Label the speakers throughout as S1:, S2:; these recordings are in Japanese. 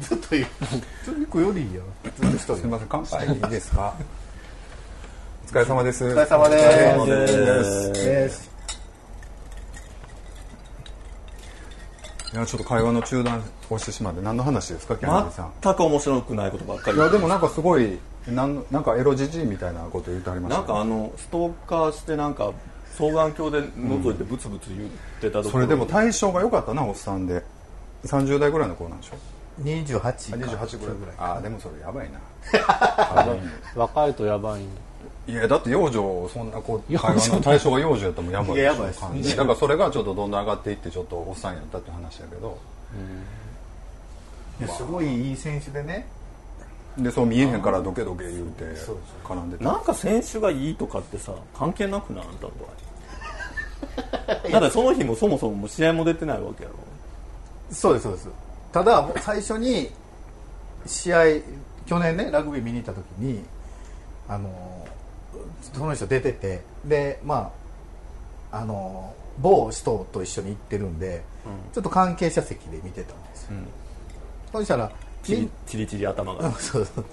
S1: ずっと言うずっと行くよりいいやずっと一人
S2: すみません乾杯いいです かお疲れ様ですお
S1: お疲れ様です
S2: 疲れ様です
S1: です
S2: いやちょっと会話の中断をしてしまって何の話ですかキャンディさん
S3: 全く面白くないことばっかり
S2: いやでもなんかすごいなんなんかエロじじいみたいなこと言ってありまし
S3: な
S2: た
S3: んかあのストーカーしてなんか双眼鏡で覗いてブツブツ言ってたところ、
S2: それでも対象が良かったなおっさんで30代ぐらいの子なんでしょ
S1: 28か
S2: あ28ぐらいああでもそれやばいな
S4: 若いとやばいんだ
S2: いやだって幼女そんなこう会話の対象が幼女やったらもうやばい
S1: いややばいですね
S2: 感じだからそれがちょっとどんどん上がっていってちょっとおっさんやったって話やけど
S1: いやすごいいい選手でね
S2: でそう見えへんからドケドケ言うて絡んでた
S3: なんか選手がいいとかってさ関係なくないあんたとはただその日もそもそも試合も出てないわけやろ
S1: そうですそうですただ最初に試合去年ねラグビー見に行った時にあのその人出ててでまああの某人と一緒に行ってるんで、ちょっと関係者席で見てたんですよ、そしたら
S3: チ
S1: みん
S3: リチリチリ頭が
S1: そうそう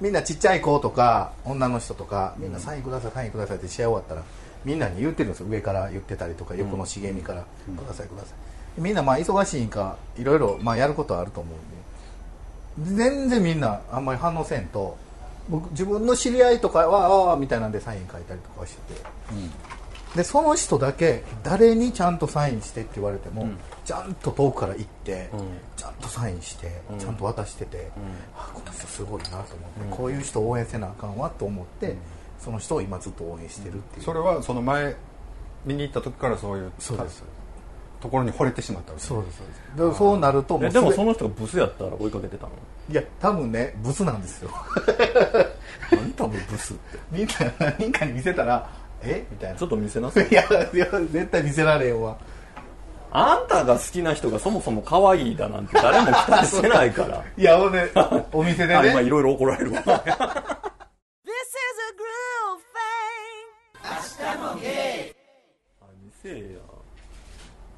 S1: みんなちっちゃい子とか女の人とかみんなサインください、サインくださいって試合終わったらみんなに言ってるんですよ上から言ってたりとか横の茂みから、くださいくださいみんなまあ忙しいんかいろいろまあやることはあると思うんで全然みんなあんまり反応せんと僕自分の知り合いとかはああああみたいなんでサイン書いたりとかはしてて、でその人だけ誰にちゃんとサインしてって言われても、ちゃんと遠くから行って、ちゃんとサインして、ちゃんと渡してて、あこの人すごいなと思って、こういう人応援せなあかんわと思って、その人を今ずっと応援してるっていう、
S2: それはその前見に行った時からそういう
S1: そうです
S2: ところに惚れてしまったわけ
S1: そうですそうですでそうなると
S3: え
S1: う
S3: でも
S1: すべ
S3: その人がブスやったら追いかけてたの
S1: いや多分ねブスなんですよ
S3: 何多分ブスって
S1: みんな何人かに見せたらえみたいな
S3: ちょっと見せなさい
S1: いやいや絶対見せられんわ
S3: あんたが好きな人がそもそも可愛いだなんて誰も期待してないから
S1: いや 俺お店で
S3: あ今
S1: ね
S3: いろいろ怒られ るわ
S5: This is a groove thing.
S3: 見せえ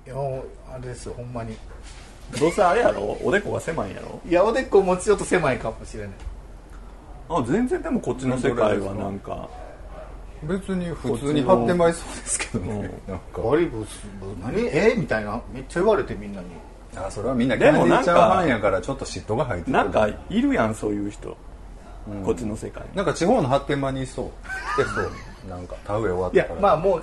S1: いやもうあれですよほんまに
S3: やどうせあれやろおでこが狭いんやろ
S1: いやおでこもちょっと狭いかもしれない
S3: あ全然でもこっちの世界はなんか
S2: 別に普通に発展場いそうですけどね、なん
S1: ゴリブスブ何えみたいなめっちゃ言われてみんなに
S2: かあそれはみんなキ
S3: で
S2: ャンデ
S3: も
S2: ィ
S3: な
S2: ー
S3: んか
S2: ちゃんファンやからちょっと嫉妬が入ってくる
S3: なんかいるやんそういう人、こっちの世界に
S2: なんか地方の発展場にいそうでそうなんか田植え終わっ
S1: い
S2: た
S1: や
S2: から
S1: まあもう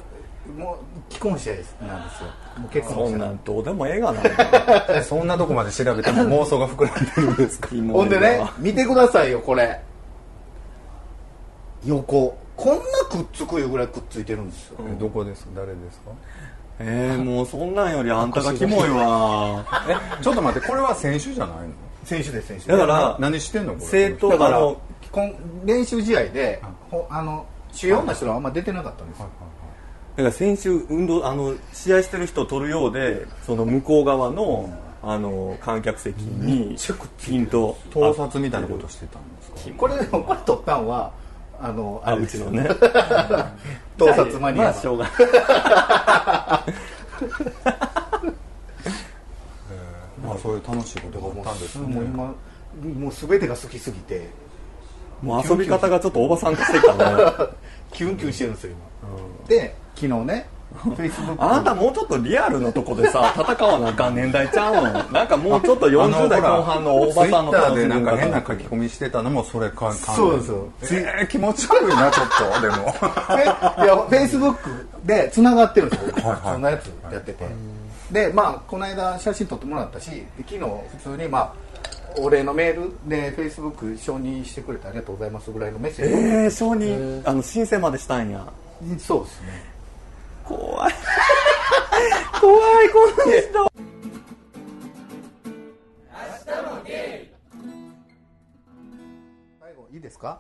S1: もう既婚者ですなんですよもう結婚
S3: そ
S1: し
S3: ん
S1: て
S3: なんどうでもええが な
S2: そんなとこまで調べても妄想が膨らんでるんですか
S1: ほんでね見てくださいよこれ横こんなくっつくよぐらいくっついてるんですよ
S2: えどこですか誰ですか
S3: えー、もうそんなんよりあんたがキモいわ
S2: えちょっと待ってこれは選手じゃないの
S1: 選手です選手
S3: だか
S2: な
S3: ら
S2: 何してんのこれ
S3: 正当
S1: だか
S3: あ
S1: ら
S3: の
S1: こん練習試合でほあの主要な人はあんま出てなかったんですよ
S3: だから先週運動あの試合してる人を取るようでその向こう側のあの観客席にピンと
S2: 盗撮みたいなことしてたんですか
S1: これでもこれ取ったんはあのあ
S3: あ
S1: れ
S3: う
S1: で
S3: ち
S1: すよ
S3: の ね
S1: 盗撮マニ
S3: ま
S1: ア
S3: あしょうがない
S2: まあそういう楽しいことがあったんですね
S1: もう今もう全てが好きすぎて
S3: もう遊び方がちょっとおばさん化してきたな
S1: キュンキュンしてるんですよ今、で昨日ね フェイスブ
S3: あな
S1: ッ
S3: たもうちょっとリアルのとこで さ戦わなあかん年代ちゃうのなんかもうちょっと
S2: あの
S3: 40代
S2: ほら
S3: 後半のおばさんの
S2: Twitter
S3: 楽し
S2: で
S3: み
S2: なんか変な
S3: 方
S2: 書き込みしてたのもそれか
S1: そうそう
S2: ですえー、気持ち悪いなちょっとでも
S1: クでいやフェイスブックでつながってるんですよ、僕
S2: はいはい
S1: そんなやつやってて、でまあこの間写真撮ってもらったしで昨日普通にまあお礼のメールでフェイスブック承認してくれてありがとうございますぐらいのメッセージ、
S3: ええー、承認あの申請までしたんや
S1: そうですね
S3: 怖い 怖いこの人
S1: 最後いいですか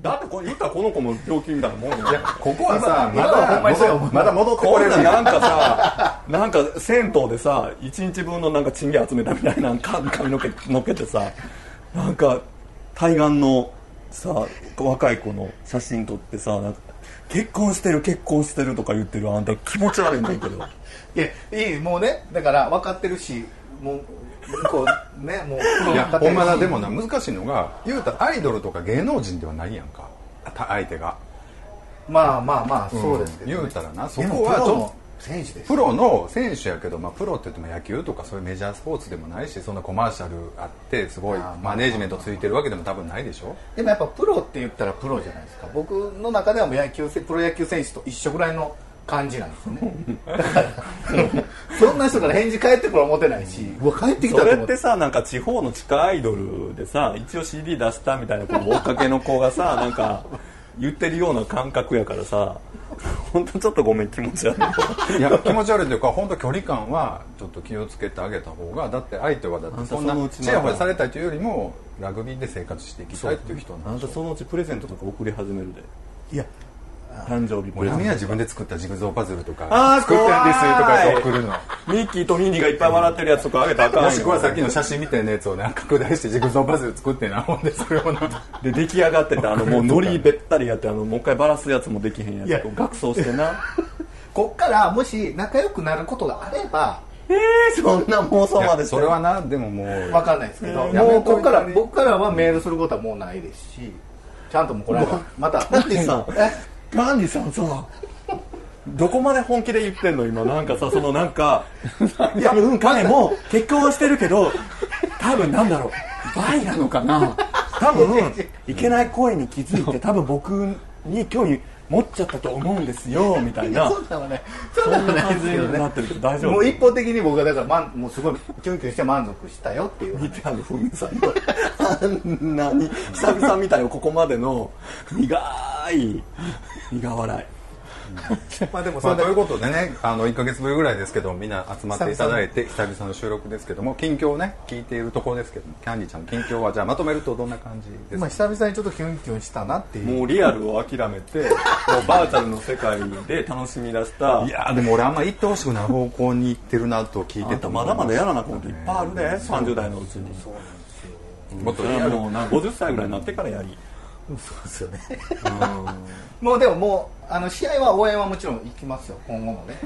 S3: だってこれ言ったらこの子も病気みたいなもんや
S2: ここはさ
S1: 今はほんまにそう思う
S2: まだ戻って
S3: こ
S2: こ
S3: ん
S2: れる
S3: なんなんかさなんか銭湯でさ1日分のなんかチンゲ集めたみたいなか髪の毛のっけてさなんか対岸のさ若い子の写真撮ってさなんか結婚してる結婚してるとか言ってるあんた気持ち悪いんだけど
S1: いやいいもうねだから分かってるしもうこうねもう
S2: いや
S1: プロ
S2: ほんま
S1: の
S2: だ
S1: 方
S2: でもな難しいのが言うたらアイドルとか芸能人ではないやんかた相手が
S1: まあまあまあそうですけど、ね
S2: 言うたらなそ
S1: でも
S2: こは
S1: プ
S2: ち
S1: ロ
S2: ょっ
S1: の選手で
S2: と
S1: す
S2: プロの選手やけど、まあ、プロって言っても野球とかそういうメジャースポーツでもないしそんなコマーシャルあってすごい
S1: あーまあ
S2: マネジメントついてるわけでも多分ないでしょ
S1: でもやっぱプロって言ったらプロじゃないですか僕の中ではもう野球せプロ野球選手と一緒ぐらいの感じなんですよねだからそんな人から返事返ってくる思ってないし、うわ帰ってきたと
S3: それ
S1: 思
S3: っ
S1: って
S3: てさなんか地方の地下アイドルでさ一応 CD 出したみたいなこの追っかけの子が さなんか言ってるような感覚やからさ本当ちょっとごめん気持ち悪い
S2: いや気持ち悪いというか本当距離感はちょっと気をつけてあげた方がだって相手はだってそんな
S3: あんたそのうちなんか
S2: ちやほやされたいというよりもラグビーで生活していきたいっていう人
S3: あ
S2: なんんで
S3: た
S2: し
S3: そのうちプレゼントとか送り始めるで
S1: いや
S3: 誕生日プ
S2: 俺
S3: レゼン
S2: は自分で作ったジグゾーパズルとか
S3: あー
S2: 作ったんですとかやって送
S3: 怖い
S2: るの
S3: トミッキーとミニーがいっぱい笑ってるやつとかあげたらあかんよ
S2: もしくはさっきの写真みたいなやつをな拡大してジグソーパズル作ってなほんでそれをな
S3: で出来上がってたあのもうノリべったりやってあのもう一回バラすやつもできへんやつ
S1: いや
S3: こう学装してな
S1: こっからもし仲良くなることがあれば
S3: えー、そんな妄想までして
S2: それはなでももう
S1: 分かんないですけど、
S2: やめ
S1: も
S2: と
S1: うこっ
S2: いた
S1: から
S2: ね
S1: 僕からはメールすることはもうないですしちゃんともうこれはまた
S3: ダンディさ んダンディさんさどこまで本気で言ってんの今なんかさそのなん か多分彼も結婚はしてるけど多分なんだろうバイなのかな多分いけない声に気づいて多分僕に興味持っちゃったと思うんですよみたいな
S1: そんなのねそん
S3: そ
S1: なんの
S3: な
S1: ない
S3: 感
S1: です
S3: じ
S1: けど
S3: に
S1: ね
S3: なってるけど大丈夫
S1: もう一方的に僕はだから満もうすごいキュンキュンして満足したよっていう
S3: 見てあのふみさんのあんなに久々みたいなここまでの苦い苦笑
S1: まあでも
S2: まあ、
S1: だ
S2: ということでねあの1か月ぶりぐらいですけどみんな集まっていただいて久々の収録ですけども近況をね聞いているところですけどもキャンディちゃんの近況はじゃあまとめるとどんな感じです
S1: 今
S2: か
S1: 久々にちょっとキュンキュンしたなってい
S3: いうもうリアルを諦め てもうバーチャルの世界で楽しみ出した
S2: いやーでも俺あんま行ってほしくない方向に行ってるなと聞い
S3: あ
S2: て
S3: んた
S2: た
S3: まだまだやらなこといっぱいあるで30代のうちに
S2: もっと
S3: そ
S2: リ
S3: れは
S2: アル
S3: もうな50歳ぐらいになってからやり
S1: そうですよねもうでももうあの試合は応援はもちろん行きますよ今後 もね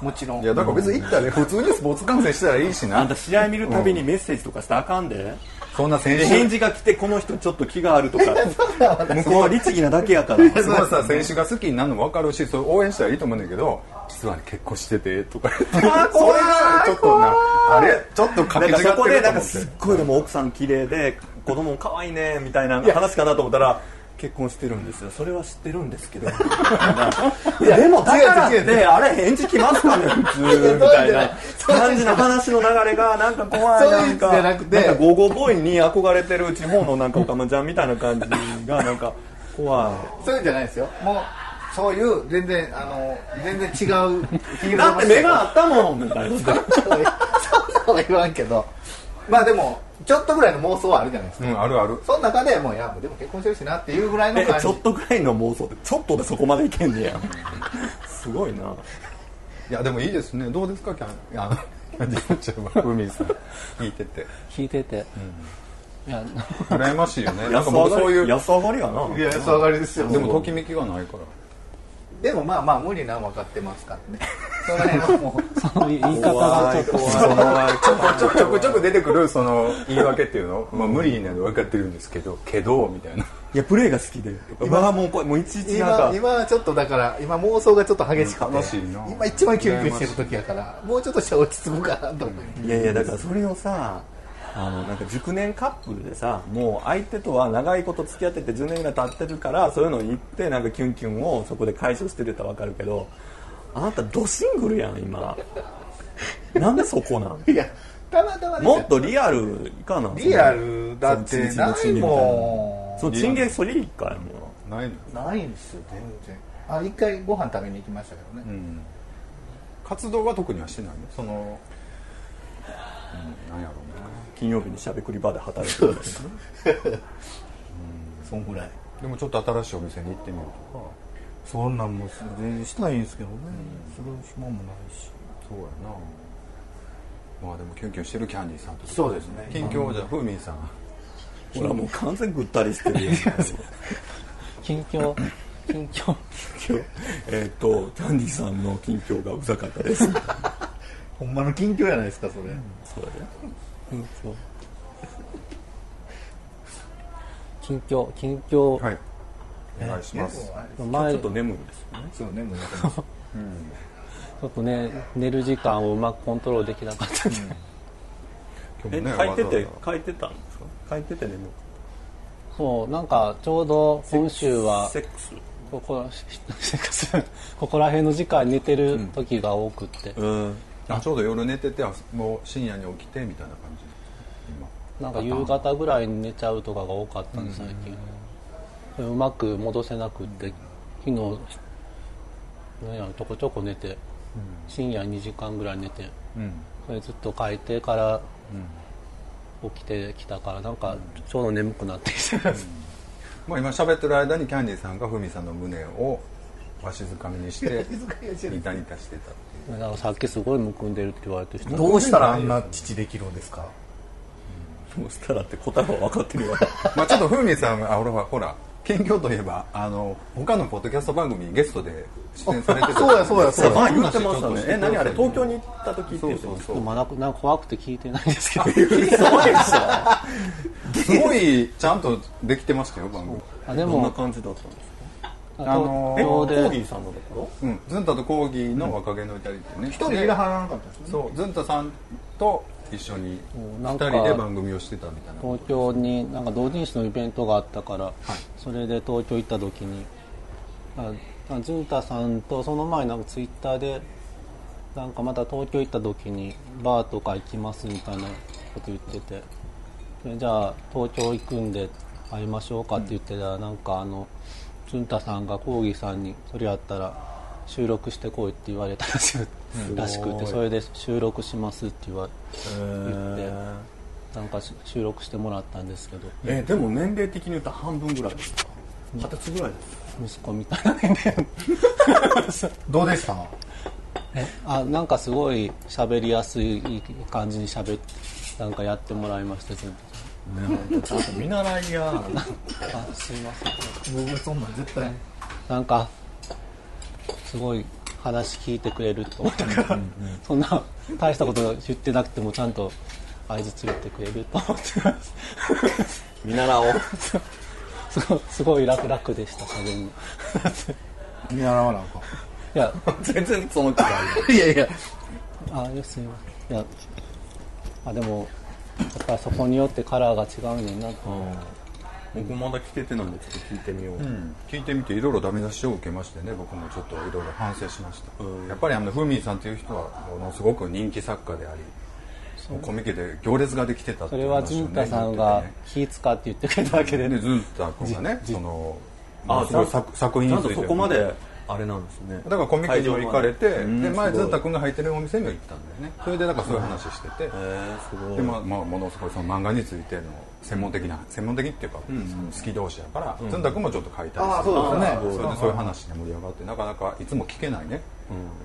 S1: もちろん
S2: いやだから別に行ったらね普通にスポーツ観戦したらいいし
S3: あん
S2: な
S3: た試合見るたびにメッセージとかしたらあかんで
S2: そんな選
S3: で
S2: 手
S3: 返事が来てこの人ちょっと気がある とか向こうは律儀なだけやから
S2: すごいさ選手が好きになるの分かるしそれ応援したらいいと思うんだけど実はね結婚しててとか言って それがちょっとなあれちょっとか
S3: な
S2: け
S3: ん
S2: 違
S3: か
S2: って
S3: そこで
S2: ると
S3: なん
S2: 思
S3: か
S2: っ
S3: すってごいでも奥さん綺麗で子供も可愛いねみたいな話かなと思ったら結婚してるんですよそれは知ってるんですけ どいやでもだからっ
S1: 違う違う違
S3: てあれ返事来ます かね普通みたいな感じの話の流れがなんか怖い
S1: そうい
S3: な
S1: うん
S3: か
S1: じゃなくて
S3: なんかゴーゴーボーイに憧れてる地方のなんかおかまちゃんみたいな感じがなんか 怖
S1: そういうんじゃないですよもうそういう全然あの全 然違うフィール
S3: い
S1: ド
S3: だって目があったもんみたいな
S1: そんなことは言わんけどまあでもちょっとぐらいの妄想はあるじゃないですか
S2: うんあるある
S1: その中でもういやもうでも結婚してるしなっていうぐらいの
S3: え
S1: 感じ
S3: ちょっとぐらいの妄想ってちょっとでそこまでいけんねやすごいない
S2: やでもいいですねどうですかキャン いやキャンディーちゃんは海さん聞いてて
S4: 聞いてて、いや
S2: 羨ましいよねなん
S3: 安
S2: か
S3: 上
S2: 僕
S3: がり
S2: そういう
S3: 安上がりやない
S1: やそう上がりですよ
S2: でもときめきがないから
S1: でもまあまあ無理なん分かってます からねその辺はもう
S4: その言い方がちょっと
S2: ちょくちょくちょく出てくるその言い訳っていうの、まあ、無理なんで分かってるんですけどけどみたいない
S3: やプレーが好きで今はもうこれもういちいちなん
S1: 今
S3: か
S1: 今はちょっとだから今妄想がちょっと激しくて、
S2: うん楽しいな
S1: 今一番キュンキュンしてる時やからもうちょっとしたら落ち着くかなと思う、
S3: いやいやだからそれをさあのなんか熟年カップルでさもう相手とは長いこと付き合ってて10年ぐらい経ってるからそういうのに行ってなんかキュンキュンをそこで解消してるとわかるけどあなたドシングルやん今なんでそこなん
S1: いやたまたまですよ
S3: もっとリアルかな
S1: リアルだって
S3: その
S1: な
S3: チ
S1: い
S3: ンゲみたな
S1: もん
S3: そうチンゲソリリカやもん
S2: ないの
S1: ないんですよ全然あ一回ご飯食べに行きましたけどね、
S2: 活動は特にはしてないのその、うん、なんやろうね
S3: 金曜日にしゃべくりバーで働いてる
S1: そんぐらい
S2: でもちょっと新しいお店に行ってみるとか
S1: そんなんも全然したいんですけどね、する暇もないし
S2: そうやなまあでもキュンキュンしてるキャンディーさんと
S1: そうですね
S2: 近況をじゃあふうみんさん
S3: ほらもう完全ぐったりしてるよ
S4: 近況近況
S3: えーっとキャンディさんの近況がうざかったです
S1: ほんまの近況やないですかそれ、
S3: そうだね
S4: 近況近況近況、
S2: はいお願いします、
S4: 前
S3: ちょっと眠いですよ
S1: そ
S3: ね
S1: うねもう
S4: ちょっとね寝る時間をうまくコントロールできなかったんで、
S2: 今日もね
S3: え書いてて
S2: わざわ
S3: 書いてたんですか書いてて眠い
S4: そうなんかちょうど今週は
S3: セックス
S4: ここ ここら辺の時間に寝てる時が多くって、
S3: うん
S2: ざあちょうど夜寝ててあもう深夜に起きてみたいな感じ今
S4: なんか夕方ぐらいに寝ちゃうとかが多かったんです最近、ううまく戻せなくって、昨日なんやろちょこちょこ寝て、深夜2時間ぐらい寝て
S2: うん
S4: それずっと書いてから、起きてきたからなんかちょうど眠くなってきてます、
S2: まあ今喋ってる間にキャンディーさんがふみさんの胸をわしづかみに して板に足してたっていう
S4: なんかさっきすごいむくんでるって言われてした
S1: どうしたらあんな父できるんですか
S3: どうしたらって答えは分かってるよ
S2: まあちょっとふみさんあ俺はほら近況といえばあの他のポッドキャスト番組にゲストで出演されてた
S1: そうやそうやそうや
S3: 前言ってましたねえ何あれ東京に行った時って
S2: そ
S3: 言
S2: う
S3: って
S2: そ
S3: ま
S2: う
S3: し
S2: そ
S3: た
S2: う
S4: まだなんか怖くて聞いてないんです けど
S2: すごいちゃんとできてましたよ番組
S4: あで
S3: どんな
S4: も
S3: 感じだったんですか
S2: あの
S3: え
S4: 東
S3: コ
S4: 京で
S3: ーヒーさんのとこ
S2: うんズンタとコーギーの若気の至りってね一
S1: 一人いらはらなかったですね
S2: そうズンタさんと一緒に
S4: うんな
S2: 二
S4: んか
S2: 人で番組をしてたみたいな
S4: 東京になんか同人誌のイベントがあったから、それで東京行った時にああズンタさんとその前なんかツイッターでなんかまた東京行った時にバーとか行きますみたいなこと言っててそれじゃあ東京行くんで会いましょうかって言ってたら、なんかあのズンタさんがコーギーさんにそれやったら収録してこいって言われたらしくらしくてそれで収録しますって言われ言って。なんかし収録してもらったんですけど
S3: えでも年齢的に言うと半分ぐらいですか二十歳ぐらいです
S4: 息子みたいな ね
S1: どうでした
S4: あなんかすごい喋りやすい感じに喋ってなんかやってもらいました全部
S3: ちょっと見習いや
S4: あすいません
S1: 僕そんなん絶対
S4: なんかすごい話聞いてくれると思ったからそんな大したこと言ってなくてもちゃんと相槌打ってくれると思ってます
S3: 見習おう
S4: すごい すごい楽々でした喋るのい
S1: 見習わなあかん
S4: や
S3: 全然その気ない
S1: いやいや
S4: あいやすいませんいやあでもやっぱりそこによってカラーが違うねんなと
S3: 僕まだ聞けてないんでちょっと聞いてみよう、
S2: うん聞いてみていろいろダメ出しを受けましてね僕もちょっといろいろ反省しました、やっぱりあのフーミンさんという人はものすごく人気作家でありもうコミケで行列ができてたって
S4: そ
S2: い
S4: れ
S2: う
S4: は
S2: 話
S4: ジ
S2: を
S4: ン
S2: ね
S4: タさんが気使って言ってくれたわけ
S2: 言
S4: で、
S2: っててねでズンタ君がねその
S3: あ
S2: ものすごい作作品
S3: ち
S2: に
S3: ゃん
S2: つい
S3: と
S2: て
S3: そこまであれなんですね
S2: だからコミケに行かれてで
S3: うん
S2: 前
S3: すご
S2: ズ
S3: い
S2: ンタ君が入ってるお店にも行ったんだよねそれでだからそういう話してて、
S3: えー、すごい
S2: でまあまあ、ものすごいその漫画についての専門的な専門的っていうか、その好き同士やから、ずん、ズンタ君もちょっと書いたりする
S1: あそうですね
S2: それでそういう話で盛り上がってなかなかいつも聞けないね、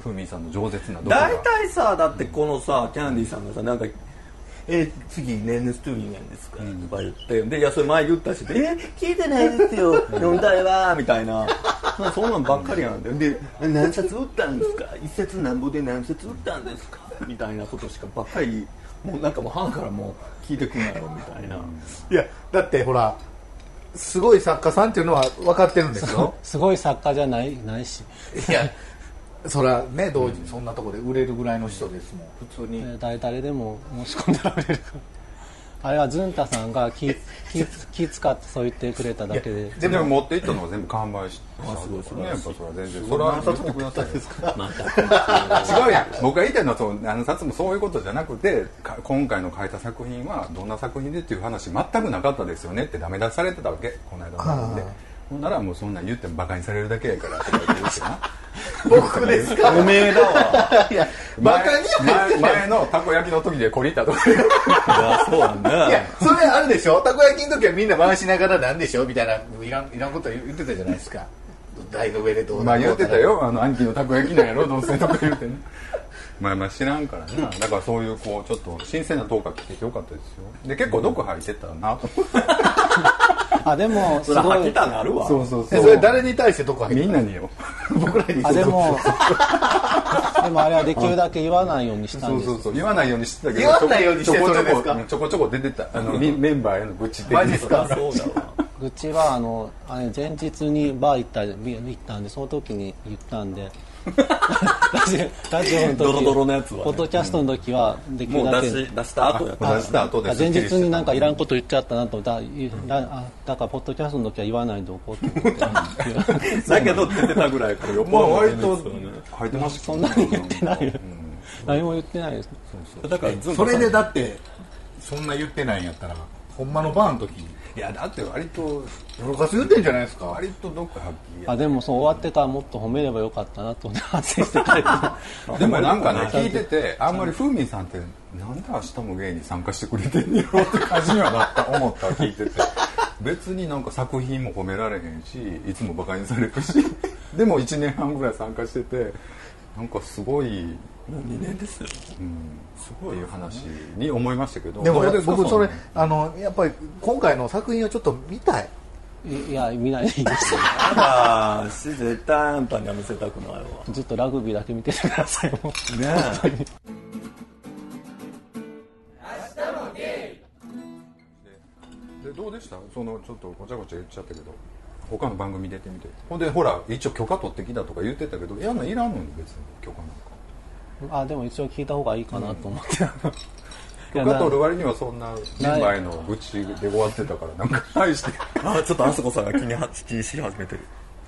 S2: ふみさんの饒舌な動画
S3: 大体さだってこのさキャンディーさんがさなんか「え次年ですトゥー年ですか?」とか言ってでいやそれ前言ったし「え聞いてないですよ 飲んだいわ」みたいなまあそんなんばっかりなんだよで「何冊売ったんですか一冊なんぼで何冊売ったんですか?」みたいなことしかばっかりもうなんかもう母からもう聞いてくんなよみた いな、
S1: いやだってほらすごい作家さんっていうのは分かってるんですよ
S4: すごい作家じゃないないし、
S1: いやそらね同時にそんなとこで売れるぐらいの人ですもん普通
S4: え
S1: に
S4: ー誰誰でも申し込んだら売れるからあれはズンタさんが気気気使ってそう言ってくれただけで
S2: でも持って行ったのは全部完売して
S3: あすごいすごい
S2: やっぱそれは全然それは言ってくださいよ
S3: また
S2: 違うやん僕が言いたいのはそう何冊もそういうことじゃなくてか今回の書いた作品はどんな作品でっていう話全くなかったですよねってダメ出しされてたわけこの間の番組でほんならもうそんなん言ってもバカにされるだけやからとか言ってるしな
S1: 僕ですか
S3: おめえだわ
S1: いやバカには
S2: 前前前のたこ焼きの時でこりたとか言って
S3: いやそうやん
S1: いや
S3: ね
S1: それあるでしょたこ焼きの時はみんな回しながらなんでしょみたいないらんいらんこと言ってたじゃないですか台の上でどう
S2: ま
S1: だ
S2: あ
S1: こうだ
S2: 言ってたよあの兄貴のたこ焼きなんやろどうせとか言うてね まあまあ知らんからなだからそういうこうちょっと新鮮なトークが聞けてよかったですよで結構毒吐いてたなと思って
S4: あでもす
S3: それ
S4: ご
S3: 吐
S4: い
S3: きたなるわ
S2: そうそうそ
S1: え
S2: う
S1: それ誰に対してどこ入っ
S2: み
S1: て
S2: んな によ僕らに
S4: あでもでもあれ はできるだけ言わないようにした
S2: そ
S4: ん
S2: う
S4: です
S2: そうそう言わないようにしてたけど
S1: 言わないようにして
S2: ちょこちょ
S1: それです
S2: こ
S1: か
S2: うんちょこちょこ出てたあのみメンバーへの愚痴的な
S1: マジっすか
S3: そうだわ
S4: 愚痴はあのあれ前日にバー行ったビ行ったんでその時に言ったん でラジオラジオの時
S3: ドロドロのやつはね
S4: ポッドキャストの時はできる
S3: もう
S4: だ
S3: 出
S4: け
S3: し出した後やった
S2: 出した後で
S4: あ前日になんかいらんこと言っちゃったなと思っただだあだからポッドキャストの時は言わないでおこう と思って
S3: だけど出てたぐらいから
S2: まあ
S3: 横
S2: 割
S3: に
S2: と入ってました
S4: そんなに言ってない何も言ってないです
S3: だからずん
S1: それで
S3: だ
S1: だってそんな言ってないんやったらほんまのバーの時に
S2: いやだって割と
S1: 夜活言ってんじゃないですか
S2: 割とどっかはっきりや
S4: あでもそう終わってからもっと褒めればよかったなと思って 反省してたり
S2: でもなんかね聞いててあんまりふうみんさんってなんで明日も芸に参加してくれてんやろうって感じにはなった思った聞い てて別になんか作品も褒められへんしいつもバカにされるし でも1年半ぐらい参加しててなんかすごい
S3: 2年ですよ
S2: すごい話に思いましたけど
S1: でも
S2: どうすか
S1: 僕それ
S2: んな
S1: あのやっぱり今回の作品をちょっと見たい
S4: いや見ないでいいです
S3: ただし絶対あんたには見せたくないわ
S4: ずっとラグビーだけ見ててくださいもう
S3: ねえ
S2: でどうでしたそのちょっとごちゃごちゃ言っちゃったけど他の番組出てみてほんでほら一応許可取ってきたとか言ってたけどいやないらんのに別に許可なんか
S4: あでも一応聞いた方がいいかなと思って、い
S2: 許
S4: や
S2: 可
S4: な
S2: 取る割にはそんなメンバーへの愚痴で終わってたからなんか大して
S3: あちょっとあそこさんが気には気にし始めてる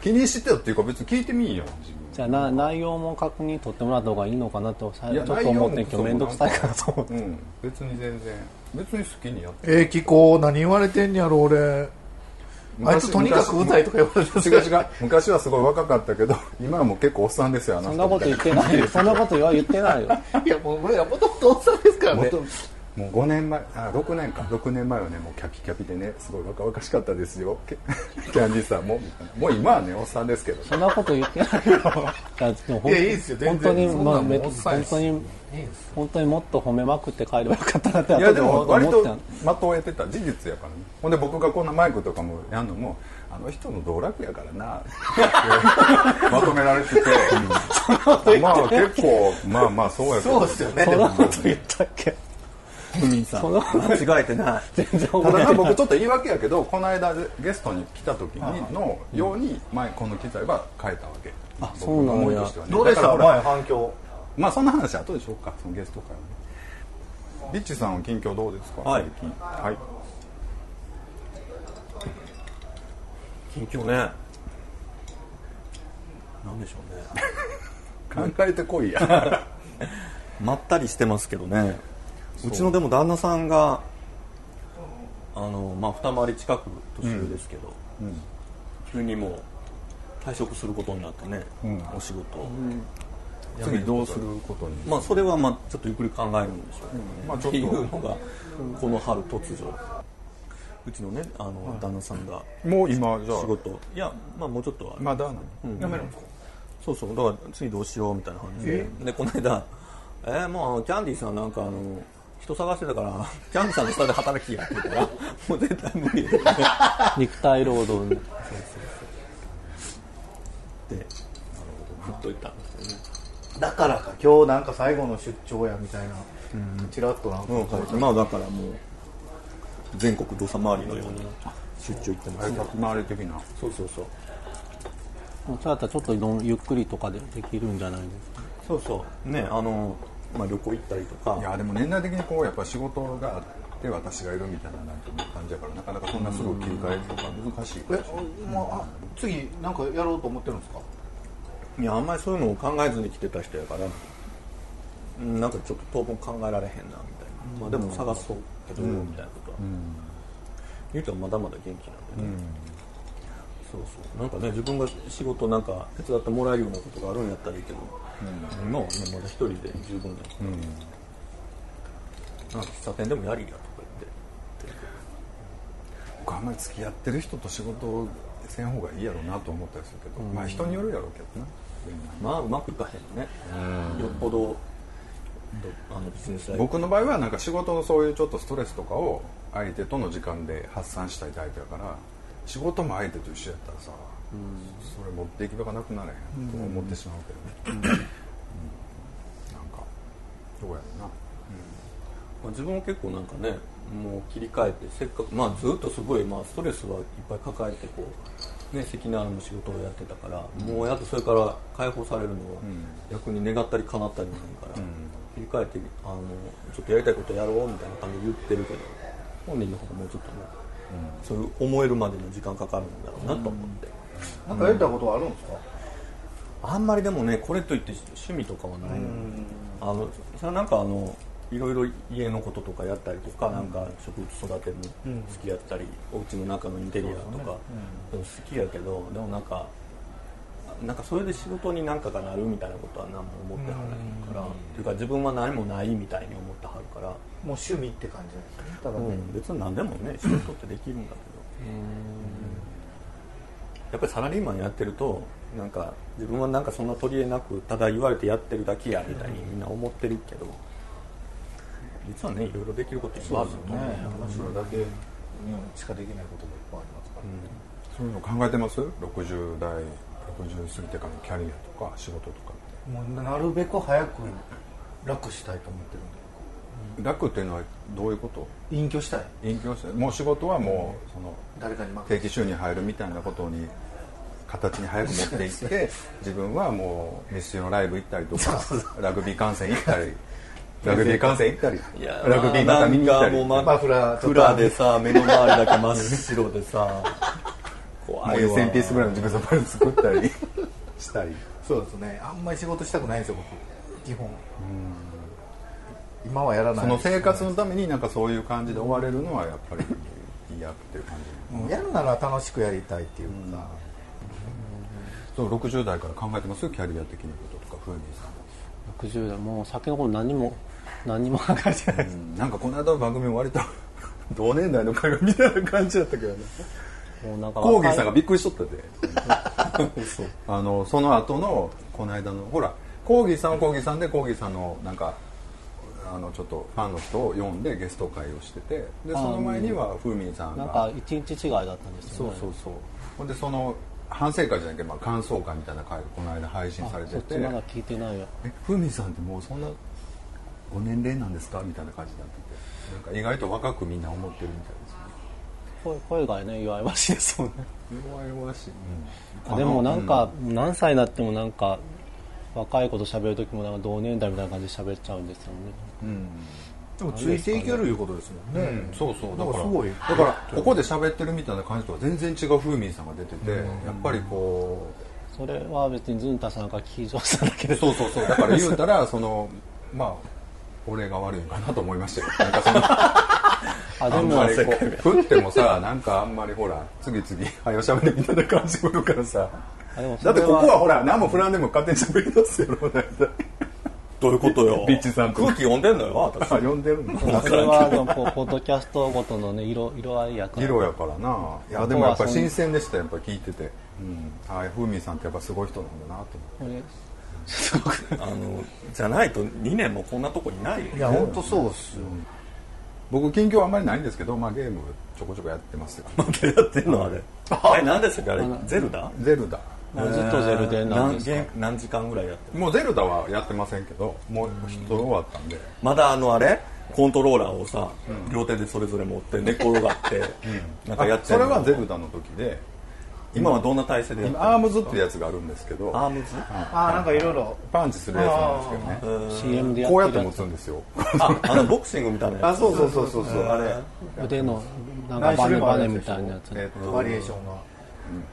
S2: 気にしてたっていうか別に聞いてみいやん自
S4: じゃあな内容も確認取ってもらった方がいいのかなとさ
S2: 分
S4: ちょっと思って今日面倒くさいかなと思って
S2: う、ん、別に全然別に好きにやって
S1: えー、気候何言われてんやろ俺あいつとにかくうざいとか言われて
S2: 昔昔が昔はすごい若かったけど今はもう結構おっさんですよあの
S4: そん
S2: 人
S4: なこと言ってないよそんなこと言わ言ってないよ
S1: いやもう俺らもともとおっさんですからね
S2: 元もう5年前あ6年か6年前はねもうキャピキャピでねすごい若々しかったですよキャ キャンディーさんももう今はねおっさんですけど
S4: そんなこと言ってないよいやでもほん
S1: いやいいですよ全然
S4: 本当に
S1: そんな
S4: ま
S1: の
S4: あ
S1: も
S4: め
S1: うおっさん
S4: 本
S1: です
S4: 当に本当にもっと褒めまくって帰ればよかったなって
S2: いや
S4: 後
S2: で
S4: で
S2: も
S4: 思
S2: 割
S4: っ
S2: と
S4: た
S2: まとえてた事実やからねほんで僕がこんなマイクとかもやんのもあの人の道楽やからなまとめられてて、 まあ結構まあまあそうやけど
S1: そうですよね
S4: そんなこと言ったっけ
S3: ふみんさん
S4: その
S3: 間違えてない
S4: 全然
S2: た
S4: 覚
S2: だ
S4: え て
S2: な
S4: ない
S2: 僕ちょっと言い訳やけどこの間ゲストに来た時にのように前この機材は変えたわけあ
S4: そうなんや
S1: どうでした
S2: ほら
S1: 前反響
S2: まあそんな話は後でしようかそのゲスト会はねリッチさんは近況どうですか
S3: はい
S2: 最近はい
S3: 近況ねなんでしょうね
S2: 考えてこ いや
S3: まったりしてますけどねうちのでも旦那さんがあのまあ二回り近く年上ですけど、急にもう退職することになってね、お仕事を、
S2: 次どうすることに
S3: まあそれはまあちょっとゆっくり考えるんでしょうけどね、
S2: まあち
S3: っ
S2: ょって
S3: いう
S2: と
S3: のがこの春突如うちのねあの旦那さんが
S2: もう今じゃ
S3: 仕事いやまあもうちょっとは
S2: まだなのやめるんですか
S3: そうそうだから次どうしようみたいな感じででこの間「えー、もうキャンディーさんなんかあの人探してたから キャンディーさんの下で働きや」って言ったら 「もう絶対無理」って
S4: 肉体労働に
S3: ふっと言ったんですよね
S1: だからか今日なんか最後の出張やみたいなチラッとなんか、
S3: まあだからもう全国土佐回りのように出張行ってます、
S2: 先回り的な
S3: そうそうそう
S4: そうだったらちょっといろんゆっくりとかでできるんじゃないですか
S3: そうそうねあの、まあ、旅行行ったりとか
S2: いやでも年代的にこうやっぱ仕事があって私がいるみたいななんか感じやからなかなかそんなすぐ切り替えとか難しい
S1: えもうあ次なんかやろうと思ってるんですか
S3: いやあんまりそういうのを考えずに来てた人やからうんなんかちょっと当分考えられへんなみたいな、まあ、でも探そうけど、みたいなことは、ゆうちゃんまだまだ元気なんでね、そうそうなんかね自分が仕事なんか手伝ってもらえるようなことがあるんやったらいいけど、今はねまだ一人で十分だよ、なんか喫茶店でもやりやとか言って
S2: 僕あんまり付き合ってる人と仕事をせん方がいいやろうなと思ったりするけど、まあ人によるやろうけどな
S3: まあうまくいかへんね、よっぽどどあのビジネスライフ
S2: 僕の場合はなんか仕事のそういうちょっとストレスとかを相手との時間で発散したいタイプやから仕事も相手と一緒やったらさ、それ持っていき場がなくなれへんと思ってしまうけどね、うんなんかどうやろな
S3: まあ自分も結構なんかねもう切り替えてせっかくまあずっとすごいまあストレスはいっぱい抱えてこうね関のあの仕事をやってたから、もうやっとそれから解放されるのは、逆に願ったり叶ったりもないから、切り替えてあのちょっとやりたいことやろうみたいな感じで言ってるけど本人の方がもうちょっとね、そういう思えるまでの時間かかるんだろうなと思って、
S1: なんかやりたいことはあるんですか、
S3: あんまりでもねこれといって趣味とかはないのあのそれはなんかあのいろいろ家のこととかやったりとか、なんか植物育てるの好きやったり、お家の中のインテリアとか、でも好きやけどでもなんかなんかそれで仕事に何かがなるみたいなことは何も思ってはないから、っていうか自分は何もないみたいに思ってはるから、
S1: もう趣味って感じなんですねただ
S3: う
S1: ね
S3: ん、別に何でもね仕事ってできるんだけどやっぱりサラリーマンやってるとなんか自分はなんかそんな取り柄なくただ言われてやってるだけやみたいにみんな思ってるけど実はねいろいろできることいっぱいあるよね
S1: ね話するだけにしかできないことがいっぱいありますから、
S2: そういうの考えてます60代60過ぎてからのキャリアとか仕事とかっ
S1: もうなるべく早く楽したいと思ってるんで
S2: て楽っていうのはどういうこと
S1: 僕隠居したい
S2: 隠居してもう仕事はもうその
S1: 誰かに負け
S2: 定期収入入るみたいなことに形に早く持っていって自分はもうミスチルのライブ行ったりとかラグビー観戦行ったりラグビー観戦行ったり
S3: いや
S2: ラグビーまた見に行ったり
S3: なんかもう
S1: マ
S3: マ
S1: フラーとか
S3: フラーでさ目の周りだけ真っ白でさ
S2: も
S3: 怖
S2: う
S3: いわ
S2: 1000ピースぐらいの自分のパル作っ たりしたり
S1: そうですねあんまり仕事したくないんですよ僕基本今はやらない
S2: その生活のためになんかそういう感じで追われるのはやっぱり嫌っていう感じ
S1: うんやるなら楽しくやりたいっていうか、
S2: そう60代から考えてますキャリア的なこととか風味さん
S4: 60代もう先のこと何も何も考え てない、
S2: うんなんかこの間の番組割と 同年代の会話みたいな感じだったけどね
S4: もうなんか
S2: コーギ
S4: 若
S2: ー
S4: い
S2: さんがびっくりしとったであのその後のこの間のほらコーギーさんはコーギーさんでコーギーさんのなんかあのちょっとファンの人を呼んでゲスト会をしててでその前にはふーみんさん
S4: なん
S2: が
S4: か一日違いだったんです
S2: そ
S4: よ
S2: う
S4: ね
S2: そうそうほんでその反省会じゃなくて、まあ、感想会みたいな会がこの間配信されて
S4: そってちまだ聞いてないよ
S2: えふみさんってもうそんなご年齢なんですかみたいな感じになっててなんか意外と若くみんな思ってるみたい
S4: 声声がね弱々しいですもんね
S2: ですね弱々しい、
S4: あでもなんか、何歳になってもなんか若い子と喋る時もなんか同年代みたいな感じで喋っちゃうんですよね
S1: でもついていけるいうことですもんね、
S2: そうそう
S1: な
S2: だ
S1: ん
S2: か
S1: からすごい
S2: だからここで喋ってるみたいな感じとは全然違うふみさんが出てて、やっぱりこ
S4: それは別にズンタさんかキージョーさんだ
S2: う
S4: けで
S2: そうそうそうだから言うたらそのまあ俺が悪いのかなと思いましたよなんかその
S4: あで
S2: あん
S4: も
S2: まりこう振ってもさなんかあんまりほら次々はよしゃべれみたいな感じくるからさ
S4: あでもそ
S2: だ
S4: れ
S2: ってここはほら何も振らんでも勝手にしゃべり出すやろ大体
S3: どういうことよ
S2: ビッチさんと
S3: 空気読んでんのよ私
S2: あ呼んでるの
S4: それはあのこうポッドキャストごとのね色色合いやから
S2: 色やからないやでもやっぱり新鮮でしたやっぱ聞いてて、うん、ああふみさんってやっぱすごい人なんだなと
S4: これ
S3: あのじゃないと2年もこんなとこいないよ
S1: いや本当そうっすよ、
S2: 思って僕近況あんまりないんですけど、まあ、ゲームちょこちょこやってますよ
S3: や ってんのあれあれ何でしたっけあれゼルダ
S2: ゼルダ
S4: もうずっとゼルデンなんですか
S3: 何ゲー何時間ぐらいやってる
S2: もうゼルダはやってませんけどもう人終わったんで
S3: まだあのあれコントローラーをさ、両手でそれぞれ持って寝転がって、なんかや
S2: あ
S3: って
S2: そ
S3: ん
S2: れ
S3: の
S2: はゼルダの時で
S3: 今はどんな体勢でやってる
S2: アームズっていうやつがあるんですけど
S3: アームズ
S1: ああなんかいろいろ
S2: パンチするやつなんですけどね
S4: CM でや
S2: こうや
S4: っ
S2: ってて
S4: る
S2: 持
S4: や
S2: つんですよ
S3: ああのボクシングみたいなやつ
S1: そうそうそうそうそう
S3: あれ
S4: つ腕のなんかバネバネみたいなやつ
S1: えっとバリエーションが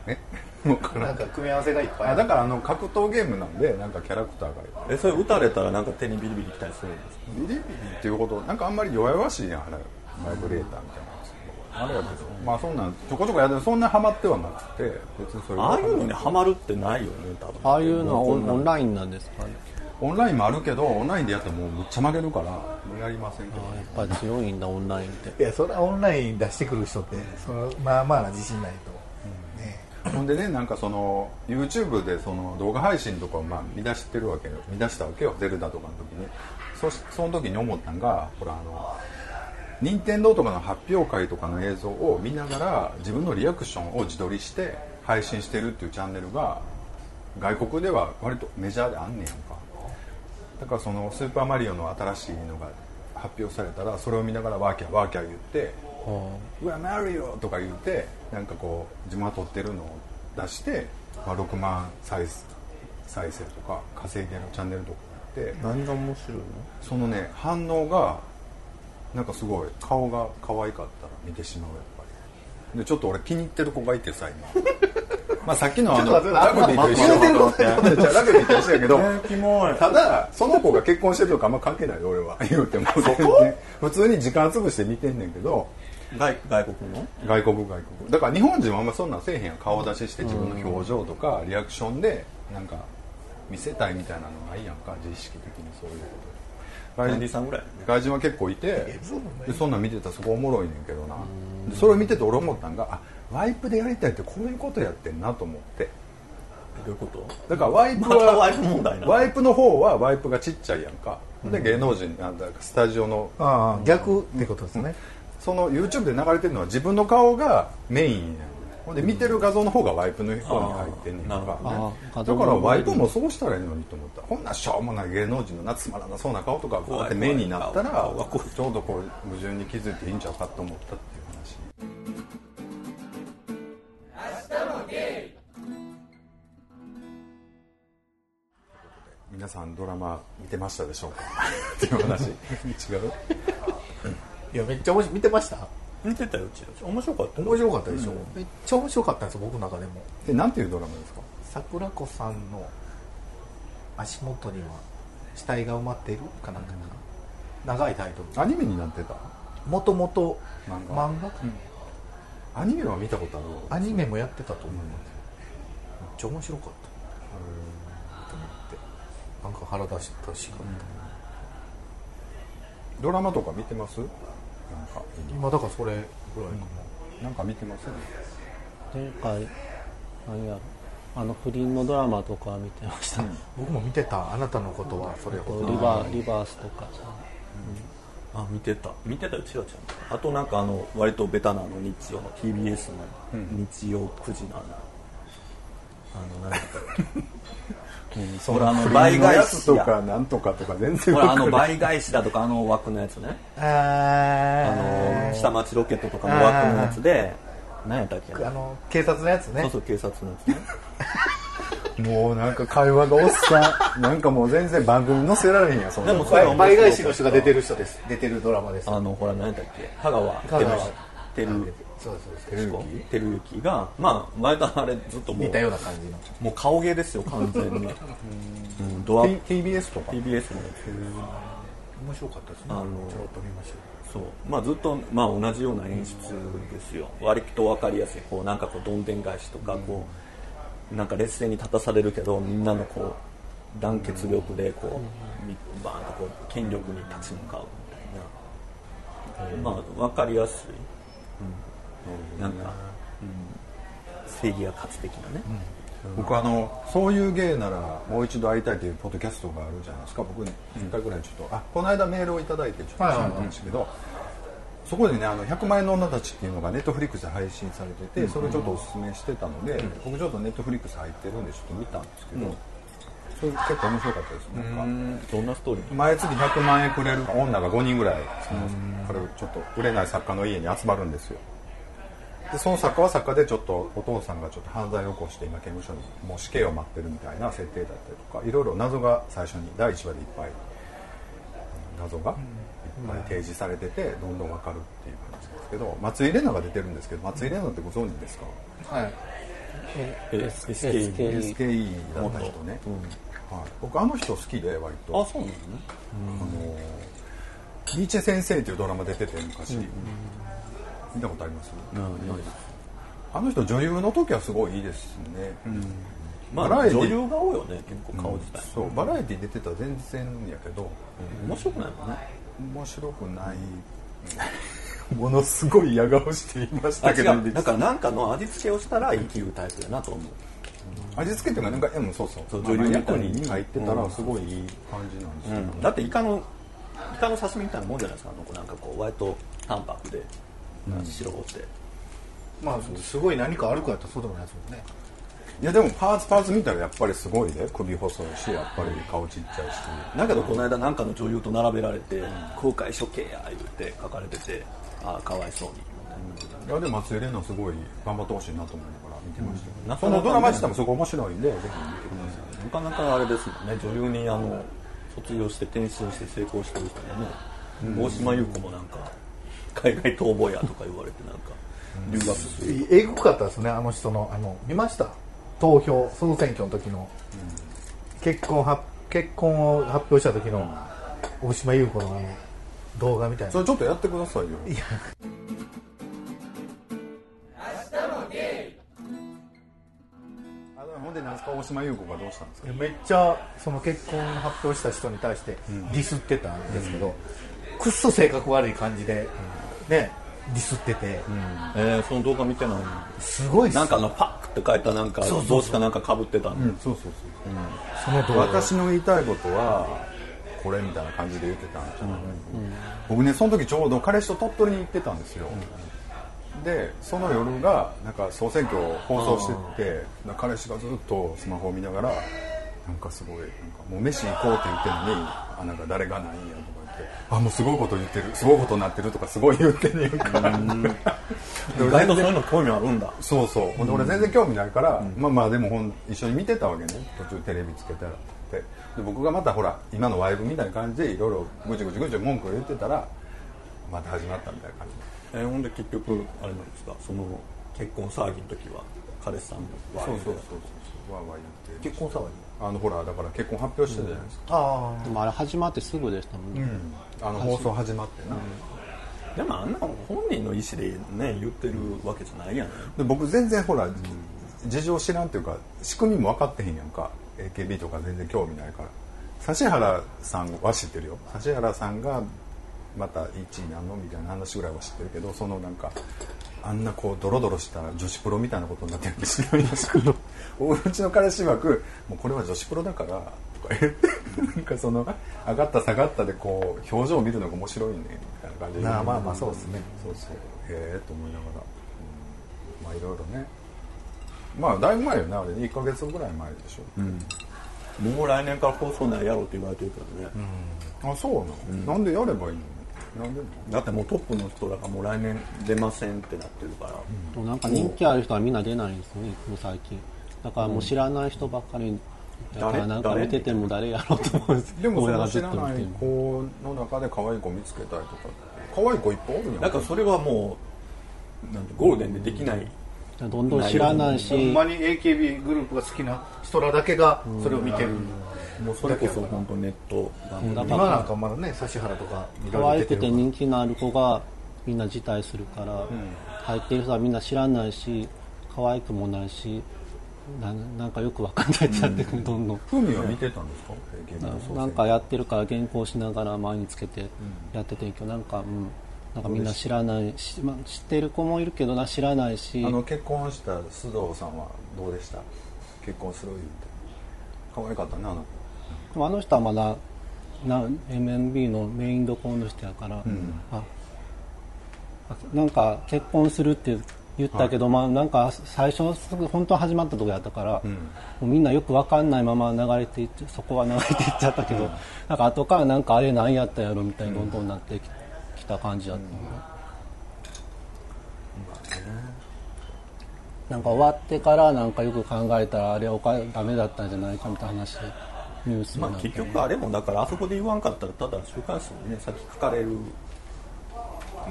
S2: えもうから
S1: なんんか組み合わせがいっぱい
S2: あ
S1: あ
S2: だ
S1: る
S2: からあの格闘ゲームなんでなんかキャラクターがいる
S3: えそれ打たれたらなんか手にビリビリきたりするんですか
S2: ビリビリっていうことなんかあんまり弱々しいやんあれバイブレーターみたいなあれやけどまあそんなんちょこちょこやってそんなハマってはなくて別にそれ
S3: ああいうのにハマるってないよね多分
S4: ああいうのはオンオンラインなんですかね
S2: オンラインもあるけどオンラインでやったらもうむっちゃ負けるからもうやりませんけど
S4: やっぱり強いんだオンラインって
S1: いやそれはオンライン出してくる人ってそのまあまあな自信ないと、ね
S2: ほんでねなんかその YouTube でその動画配信とかをまあ見出してるわけよ見出したわけよゼルダとかの時にそしその時に思ったんがほらあの任天堂とかの発表会とかの映像を見ながら自分のリアクションを自撮りして配信してるっていうチャンネルが外国では割とメジャーであんねやんかだからその「スーパーマリオ」の新しいのが発表されたらそれを見ながらワーキャーワーキャー言って「うわマリオ!」とか言ってなんかこう自分が撮ってるのを出して、まあ、6万再生再生とか稼いでるチャンネルとかやって
S3: 何が面白いの
S2: そのね反応がなんかすごい顔が可愛かったら見てしまうやっぱりでちょっと俺気に入ってる子がいてさ今まあさっきのあのラグビーと一緒
S1: てる
S2: じゃあラグビーと一緒やけど
S3: キモい
S2: ただその子が結婚してるとかあんま関係ないよ俺は言うても全然普通に時間潰して見てんねんけど
S3: 外外国の
S2: 外国外国だから日本人はあんまそんなんせえへんやん顔出しして自分の表情とかリアクションでなんか見せたいみたいなのないやんか自意識的にそういうことで
S3: アンディさんぐらい
S2: 外人は結構いてでそんなん見てたらそこおもろいねんけどなでそれを見てて俺思ったんがあワイプでやりたいってこういうことやってんなと思って
S3: どういうこと
S2: だからワイプ
S3: またワイ
S2: は
S3: プ問題な
S2: ワイプの方はワイプがちっちゃいやんかで芸能人なんだかスタジオの
S1: ああ逆ってことですね、
S2: その YouTube で流れてるのは自分の顔がメインやねんほんで見てる画像の方がワイプの方に入ってんねんか
S3: あーなるほ
S4: どねあ
S2: だ
S4: ー
S2: からワイプもそうしたらいいのにと思ったこんなしょうもない芸能人のなつまらなそうな顔とかこうやって目になったら
S3: 怖い怖い怖い
S2: ちょうどこう矛盾に気づいていいんちゃうかと思ったっていう話皆さんドラマ見てましたでしょうか っていう話違う
S1: いやめっちゃ面白い見てました
S3: 見てたようち面白かったよ
S1: 面白かったでしょ、めっちゃ面白かったんですよ僕の中でも
S2: えなんていうドラマですか
S1: 桜子さんの足元には死体が埋まっているかなんかな、長いタイト
S2: アニメになってた
S1: ルもともと
S2: 漫画
S1: 漫画か
S2: アニメは見たことあ
S1: ア
S2: る
S1: ニメもやってたと思いますめっちゃ面白かったと思ってなんか腹出したしかった
S2: ドラマとか見てますなんか
S1: 今だからそれぐらいか
S2: なんか見てます
S4: 前回何やろあの不倫のドラマとか見てました、
S2: うん
S1: な、僕も見てたあなたのことはそれほど
S4: リバーリバースとか
S3: あ見てた見てたよちよちゃんあとなんかあの割とベタなあの日曜の TBS の日曜9時のあの、あのなんだったっけうんほらあの倍返し
S2: と
S3: や
S2: かなんとかとか全然
S3: ほらあの
S2: わかんない
S3: 倍返しだとかあの枠のやつねあ
S1: あ
S3: の下町ロケットとかの枠のやつで何やったっけ
S1: あの警察のやつね
S3: そうそう警察のやつね
S2: もうなんか会話がおっさんなんかもう全然番組載せられへんやそんなの
S3: でもそれは面白
S1: 倍
S3: い
S1: 返しの人が出てる人です出てるドラマです
S3: あのほら何やったっけ香川
S1: 香川
S3: 照之
S1: そうですそうです
S3: 照之照之がまあ前とあれずっとも
S1: 似
S3: う
S1: たような感じの
S3: もう顔芸ですよ完 全にうんドア
S2: T- TBS とか
S3: TBS のやつ
S1: 面白かったですね
S3: あの
S1: ちょろっと見まし
S3: そうまあずっとまあ同じような演出ですよ割と分かりやすいこうなんかこうどんでん返しとかこうなんか劣勢に立たされるけどみんなのこう団結力でこうみバーンとこう権力に立ち向かうみたいなまあ分かりやすい、うん、なんか、うん、正義が勝つ的なね、
S2: 僕あのそういう芸ならもう一度会いたいというポッドキャストがあるじゃないですか僕ね1回ぐらいちょっと、あこの間メールをいただいてちょっと
S1: はいはいはい
S2: 聞いたんですけど、そこでね「あの100万円の女たち」っていうのがネットフリックスで配信されてて、それをちょっとおすすめしてたので、僕ちょっとネットフリックス入ってるんでちょっと見たんですけど、それ結構面白かったですなんか
S3: どんなストーリー
S2: 毎月100万円くれる女が5人ぐらいそのこれちょっと売れない作家の家に集まるんですよでその作家は作家でちょっとお父さんがちょっと犯罪を起こして今刑務所にもう死刑を待ってるみたいな設定だったりとかいろいろ謎が最初に第1話でいっぱい謎がいっぱい提示されててどんどん分かるっていう話ですけど松井玲奈が出てるんですけど松井玲奈ってご存知ですか
S1: たはい
S3: え SKE
S4: SKE
S2: SKE だった人ね、はい、僕あの人好きで割と
S3: あそうなのね
S2: あのニーチェ先生というドラマ出てて昔、見たことあります、
S3: うんないです
S2: あの人女優の時はすごいいいですね、
S3: ま
S2: バラ
S3: あ
S2: エティ
S3: 女優が多いよね結構顔自体、
S2: そうバラエティ出てたら全然やけど
S3: 面白くないもんね
S2: 面白くない ものすごい嫌顔していまし
S3: あ
S2: た
S3: 違
S2: けど
S3: うだからなんかの味付けをしたら生きるタイプだなと思う
S2: 味付けっていうかなんかでもそうそう
S3: そう
S2: まあ
S3: 女優みた
S2: 役
S3: いに
S2: に入ってたらすごいいい感じなんですけど、
S3: だってイカのイカの刺身みたいなもんじゃないですかあのなんかこう割と淡白で白子って
S1: まあすごい何かあるかやったらそうでもないですもんね
S2: いやでもパーツパーツ見たらやっぱりすごいね首細いしやっぱり顔ちっちゃいし
S3: だけどこの間なんかの女優と並べられて後悔処刑や言って書かれててああかわいそうに
S2: いやでも松井玲奈すごい頑張ってほしいなと思いながら見てましたよ、
S3: なか
S2: そ
S3: なかね
S2: のドラマ自体もすごい面白いんでぜひ見てください、
S3: なかなかあれですもんね女優にあの卒業して転身して成功してるからね、大島優子もなんか海外逃亡やとか言われてなんか留学する
S1: えぐかったですねあの人のあの見ました投票総選挙の時の、結婚は結婚を発表した時の大島優子のあの動画みたいな
S2: それちょっとやってくださいよあほんでなんすか大島優子がどうしたんですか
S1: めっちゃその結婚発表した人に対してディスってたんですけど、くっそ性格悪い感じで、ねディスってて、
S3: えーその動画見てない
S1: すごいっす
S3: なんかあのパックって書いたなんか帽子かなんかかぶってたの、
S2: そうそうそう、
S1: その動画
S2: 私の言いたいことはこれみたいな感じで言ってたんですよ、僕ねその時ちょうど彼氏と鳥取に行ってたんですよ、でその夜がなんか総選挙を放送してて、なんか彼氏がずっとスマホを見ながらなんかすごいなんかもう飯行こうって言ってるのにあなんか誰がないんやとか言ってあもうすごいこと言ってるすごいことになってるとかすごい言ってんねんから
S3: 意外とそういうの興味あるんだ
S2: そうそうほんで俺全然興味ないから、まあまあでもほん一緒に見てたわけね途中テレビつけたらってで僕がまたほら今のワイブみたいな感じでいろいろぐちぐちぐち文句を言ってたらまた始まったみたいな感じ
S3: えーほんで結局あれなんですかその結婚騒ぎの時は彼氏さんも
S2: そうそうそうそうそうわーわー言って結婚騒ぎあのほらだから結婚発表したじゃないですか、
S1: あ
S4: でもあれ始まってすぐでしたもんね、
S2: あの放送始まってな、
S3: でもあんなの本人の意思でね言ってるわけじゃないやん、
S2: で僕全然ほら、事情知らんっていうか仕組みも分かってへんやんか AKB とか全然興味ないから指原さんは知ってるよ指原さんがまた1位なんのみたいな話ぐらいは知ってるけどそのなんかあんなこうドロドロした女子プロみたいなことになってるんですよですけどうちの彼氏曰く「もうこれは女子プロだから」とか言ってなんかその上がった下がったでこう表情を見るのが面白いねみたいな感じで
S1: なあまあまあそうですね
S2: そうそうへえと思いながら、うんまあいろいろねまあだいぶ前よねあれ1か月ぐらい前でしょ、
S3: もう来年から放送ないやろって言われてるからね、
S2: あそうなの、なんでやればいいのなんでなの
S3: だってもうトップの人らがもう来年出ませんってなってるから、
S4: でもなんか人気ある人はみんな出ないんですよねいつも最近だからもう知らない人ばっかりだか
S3: 誰
S4: らなんか見てても誰やろうと思うんです
S2: でもそ
S4: 俺ら
S2: の
S4: がず
S2: 知
S4: っと
S2: ら
S4: 見
S2: な
S4: て
S2: い
S4: る
S2: 子の中で可愛い子見つけたいとか可愛い子いっぱいおるやん
S3: なんかそれはもうなんてゴールデンでできない、
S4: どんどん知らないし
S1: ほんまに AKB グループが好きな人らだけがそれを見てる、
S3: もうそれこそ本当ネット番組
S4: だか
S1: 今
S4: ら
S1: なんかまだね指原とかい
S4: 可
S1: ろいろ
S4: 愛
S1: 出て
S4: くて
S1: る
S4: 人気のある子がみんな辞退するから、入ってる人はみんな知らないし可愛くもないしなんなんかよくわかんないってなってくる、どんどん。
S2: ふみは見てたんですか AKB の総選
S4: なんかやってるから原稿しながら前につけてやっててんけどなんか、うん、なんかみんな知らないし、まあ、知ってる子もいるけどな知らないし
S2: あの結婚した須藤さんはどうでした結婚する言うて可愛かったねあの
S4: でもあの人はまだな MNB のメインどころの人やから、ああなんか結婚するって言ったけど、まあなんか最初すぐ本当は始まったとこやったから、もうみんなよくわかんないまま流れていってそこは流れていっちゃったけど、なんか後からなんかあれなんやったやろみたいにどんどんなってき,、た感じだった、なんか終わってからなんかよく考えたらあれおかダメだったんじゃないかみたいな話でニュースに
S3: ま
S4: な
S3: あ
S4: って、
S3: 結局あれもだからあそこで言わんかったらただ週刊誌にね先書かれる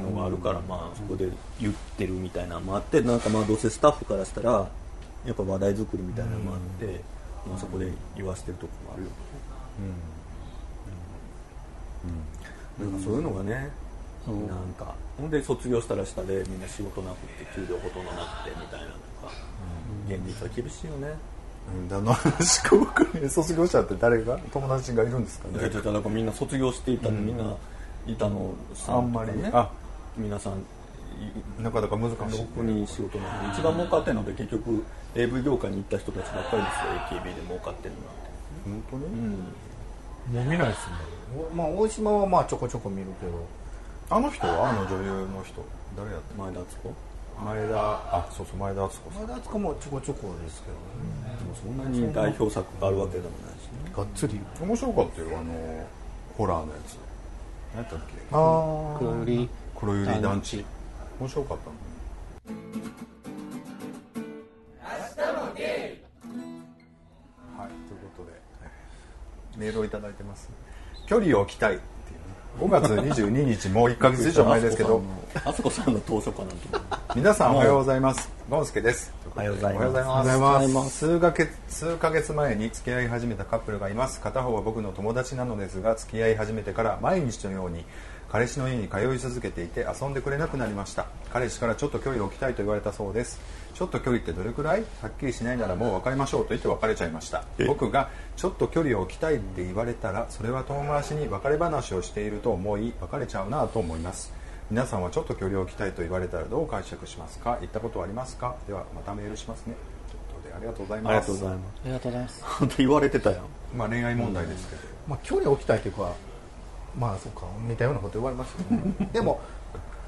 S3: のがあるから、まあそこで言ってるみたいなのもあってなんかまあどうせスタッフからしたらやっぱ話題作りみたいなのもあって、まあそこで言わせてるとこもあるよ、うんなんかそういうのがね、なんかほんで卒業したら下でみんな仕事なくて給料ほとんどなくてみたいなのが、現実は厳しいよね
S2: うんだの話か分からない卒業者って誰が友達がいるんですか
S3: いや
S2: ね
S3: いやなんかみんな卒業していたの、みんな板野さんとか
S2: あんまり
S3: ね
S2: ね
S3: あ皆さん
S2: なかなか難しい
S3: 僕に仕事なんで一番儲かってるので結局 AV 業界に行った人たちばっかりですよ AKB で儲かってるのは
S2: 本当に、
S1: もう見ないですねまあ大島はまあちょこちょこ見るけど
S2: あの人はあの女優の人誰やっ
S3: 前田敦子
S2: た前田あそうそう前田敦子さん
S1: 前田敦子もちょこちょこですけどね
S3: でもそんなに代表作があるわけでもないしね
S1: がっつり
S2: 面白かったよあのホラーのやつ何やったっけ
S1: あ
S4: 黒百合
S2: 黒百合団
S4: 団
S2: 地
S4: 地
S2: 面白かったのねはいということでメールをいただいてます距離を置きたいっていうね5月22日もう1か月以上前ですけど
S3: あ そこさんの当初かなと思う
S2: 皆さんおはようございますゴンスケです
S3: おはようございます
S2: おは
S1: おは
S2: ようご
S1: ようご
S2: ざ
S1: ざ
S2: い
S1: い
S2: ま
S1: ます
S2: 数ヶ月数ヶ月前に付き合い始めたカップルがいます片方は僕の友達なのですが付き合い始めてから毎日のように彼氏の家に通い続けていて遊んでくれなくなりました彼氏からちょっと距離を置きたいと言われたそうですちょっと距離ってどれくらいはっきりしないならもう別れましょうと言って別れちゃいました僕がちょっと距離を置きたいって言われたらそれは遠回しに別れ話をしていると思い別れちゃうなと思います皆さんはちょっと距離を置きたいと言われたらどう解釈しますか言ったことはありますかではまたメールしますねということでありがとうございます
S3: ありがとうございます
S4: ありがとうございます
S3: 本当言われてたやん
S2: まあ恋愛問題ですけど、
S1: まあ距離を置きたいというかまあそうか似たようなこと言われますよ ねでも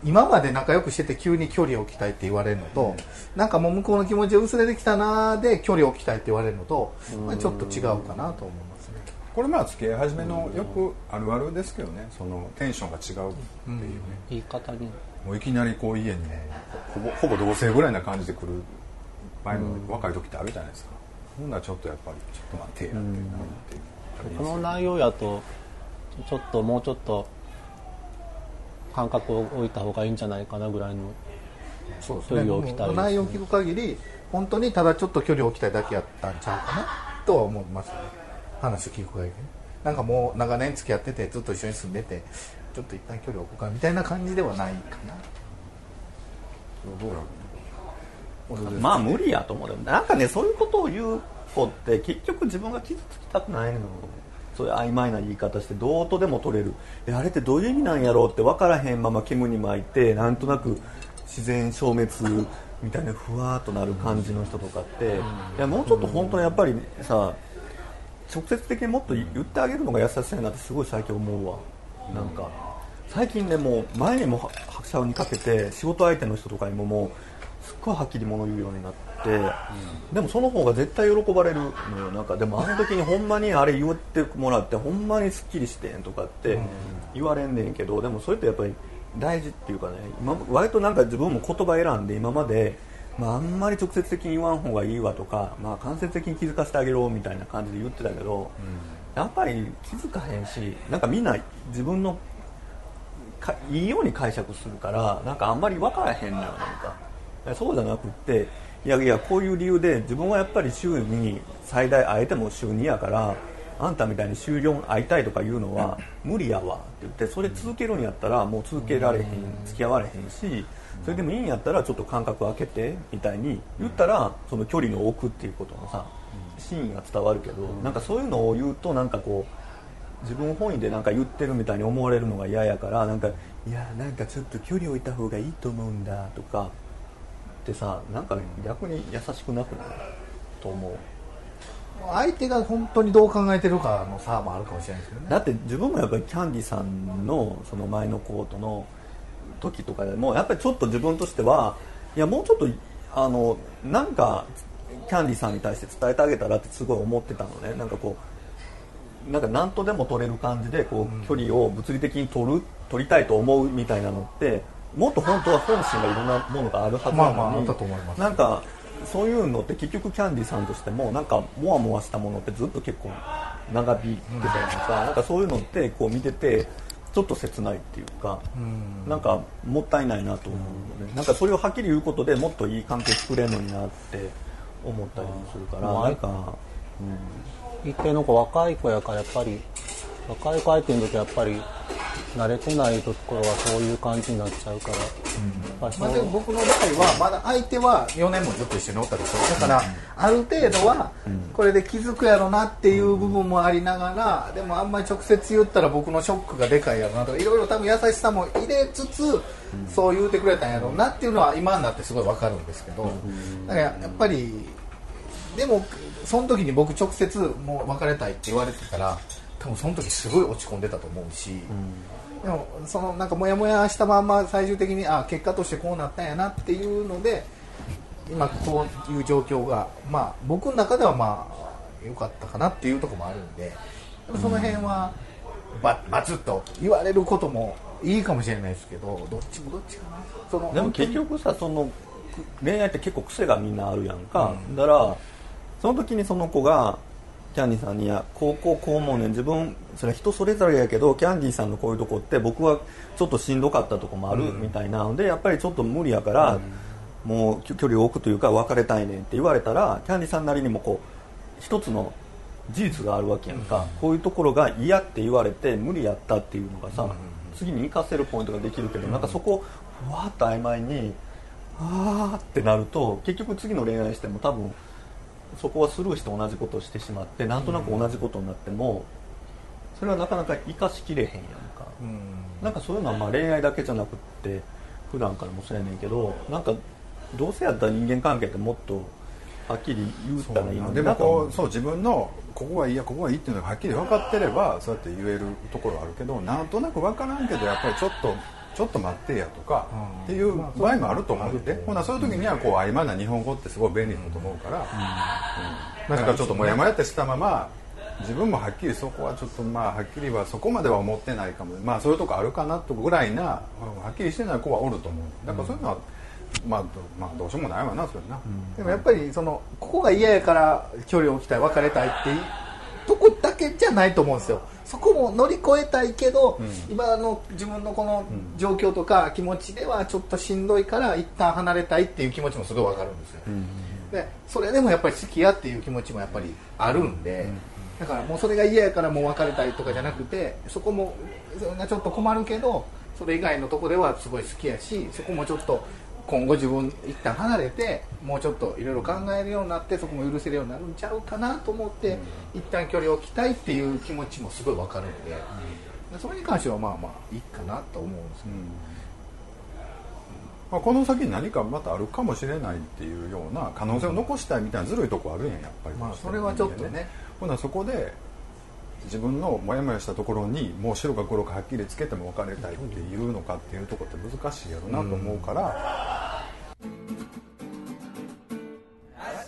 S1: 今まで仲良くしてて急に距離を置きたいって言われるのと、なんかもう向こうの気持ちを薄れてきたなーで距離を置きたいって言われるのと、まあ、ちょっと違うかなと思いますね
S2: これまあ付き合い始めのよくあるあるですけどねそのテンションが違うっていうね、
S4: 言い方に
S2: もういきなりこう家にねほぼほぼ同性ぐらいな感じで来る前の若い時ってあるじゃないですか、ほんならちょっとやっぱりちょっと待ってやってなるっていう
S4: この内容やとちょっともうちょっと感覚を置いた方がいいんじゃないかなぐらいの
S1: そうです
S4: 距離を置きたいですね
S1: 内容を聞く限り本当にただちょっと距離を置きたいだけやったんちゃうかなとは思いますね話を聞く限りねなんかもう長年付き合っててずっと一緒に住んでてちょっと一旦距離を置こうかみたいな感じではないかな
S2: どうや
S1: 俺です
S3: まあ無理やと思うでもなんかねそういうことを言う子って結局自分が傷つきたくないのよそういう曖昧な言い方してどうとでも取れるえあれってどういう意味なんやろうって分からへんまま煙に巻いてなんとなく自然消滅みたいなふわーっとなる感じの人とかっていやもうちょっと本当にやっぱりさ直接的にもっと言ってあげるのが優しさやなってすごい最近思うわなんか最近ねもう前にもは拍車をにかけて仕事相手の人とかにももうすっごいはっきり物言うようになって、でもその方が絶対喜ばれるのよなんかでもあの時にほんまにあれ言ってもらってほんまにすっきりしてんとかって言われんねんけどでもそれってやっぱり大事っていうかね今割となんか自分も言葉選んで今までまあ、あんまり直接的に言わん方がいいわとか、まあ、間接的に気づかせてあげろみたいな感じで言ってたけど、やっぱり気づかへんしなんかみんな自分のかいいように解釈するからなんかあんまり分からへんのよなんかそうじゃなくっていやいやこういう理由で自分はやっぱり週に最大会えても週2やからあんたみたいに週4会いたいとか言うのは無理やわって言ってそれ続けるんやったらもう続けられへん付き合われへんしそれでもいいんやったらちょっと間隔空けてみたいに言ったらその距離を置くっていうことのさ真意が伝わるけどなんかそういうのを言うとなんかこう自分本位でなんか言ってるみたいに思われるのが嫌やからなんかいやなんかちょっと距離置いた方がいいと思うんだとかってさなんか逆に優しくなくなると思う
S1: 相手が本当にどう考えてるかの差もあるかもしれないですけどね
S3: だって自分もやっぱりキャンディさんのその前のコートの時とかでもやっぱりちょっと自分としてはいやもうちょっとあのなんかキャンディさんに対して伝えてあげたらってすごい思ってたのねなんかこうなんか何とでも取れる感じでこう距離を物理的に取る取りたいと思うみたいなのってもっと本当は本心がいろんなものがあるはずなのに、
S1: まあまああったと思います
S3: なんかそういうのって結局キャンディさんとしてもなんかモワモワしたものってずっと結構長引いてたりとかなんかそういうのってこう見ててちょっと切ないっていうかなんかもったいないなと思うのでなんかそれをはっきり言うことでもっといい関係作れるのになって思ったりもするからなんか
S4: 一定の子若い子やからやっぱり若い子相手の時はやっぱり慣れてないところはそういう感じになっちゃうから、やっぱりそ
S1: ま
S4: う
S1: あ、でも僕の場合はまだ相手は4年もずっと一緒におったでしょだからある程度はこれで気づくやろなっていう部分もありながらでもあんまり直接言ったら僕のショックがでかいやろなとかいろいろ多分優しさも入れつつそう言うてくれたんやろうなっていうのは今になってすごいわかるんですけどだからやっぱりでもその時に僕直接もう別れたいって言われてたら多分その時すごい落ち込んでたと思うし、でもそのなんかモヤモヤしたまんま最終的にあ結果としてこうなったんやなっていうので今こういう状況が、まあ、僕の中ではまあ良かったかなっていうところもあるんででもその辺はババツッと言われることもいいかもしれないですけどどっちもどっちかなその
S3: でも結局さその恋愛って結構癖がみんなあるやんか、だからその時にその子がキャンディーさんにいや「こうこうこう思うねん自分それは人それぞれやけどキャンディーさんのこういうとこって僕はちょっとしんどかったとこもある」みたいなので、やっぱりちょっと無理やから、もうきょ距離を置くというか別れたいねんって言われたらキャンディーさんなりにもこう一つの事実があるわけやんか、こういうところが嫌って言われて無理やったっていうのがさ、次に活かせるポイントができるけど、なんかそこをふわっと曖昧にあーってなると結局次の恋愛しても多分そこはスルーして同じことをしてしまってなんとなく同じことになっても、それはなかなか生かしきれへんやんか、なんかそういうのはまあ恋愛だけじゃなくって普段からもそうやねんけどなんかどうせやったら人間関係ってもっとはっきり言ったらいいのに
S2: で
S3: な
S2: も
S3: んか思う
S2: こうそう自分のここはいいやここはいいっていうのがはっきり分かってればそうやって言えるところはあるけどなんとなく分からんけどやっぱりちょっとちょっと待ってやとかっていう場合もあると思うんで、ほなそういう時にはこう曖昧な日本語ってすごい便利だと思うから、うんなんかちょっとモヤモヤってしたまま自分もはっきりそこはちょっとまあはっきりはそこまでは思ってないかもまあそういうとこあるかなとぐらいなはっきりしてない子はおると思うだからそういうのは、まあ、どまあどうしようもないわなそれな、
S1: でもやっぱりそのここが嫌やから距離を置きたい別れたいっていうとこだけじゃないと思うんですよそこも乗り越えたいけど、今の自分のこの状況とか気持ちではちょっとしんどいから一旦離れたいっていう気持ちもすごいわかるんですよ、でそれでもやっぱり好きやっていう気持ちもやっぱりあるんで、だからもうそれが嫌やからもう別れたりとかじゃなくてそこもそれがちょっと困るけどそれ以外のとこではすごい好きやしそこもちょっと今後自分一旦離れてもうちょっといろいろ考えるようになってそこも許せるようになるんちゃうかなと思って一旦距離を置きたいっていう気持ちもすごいわかるんでそれに関してはまあまあいいかなと思うんですけど
S2: まあ、この先に何かまたあるかもしれないっていうような可能性を残したいみたいなずるいとこあるやんやっぱり、
S1: まあそれはちょっとね
S2: ほなそこで自分のモヤモヤしたところにもう白か黒かはっきりつけても別れたいっていうのかっていうところって難しいやろなと思うから、
S1: もう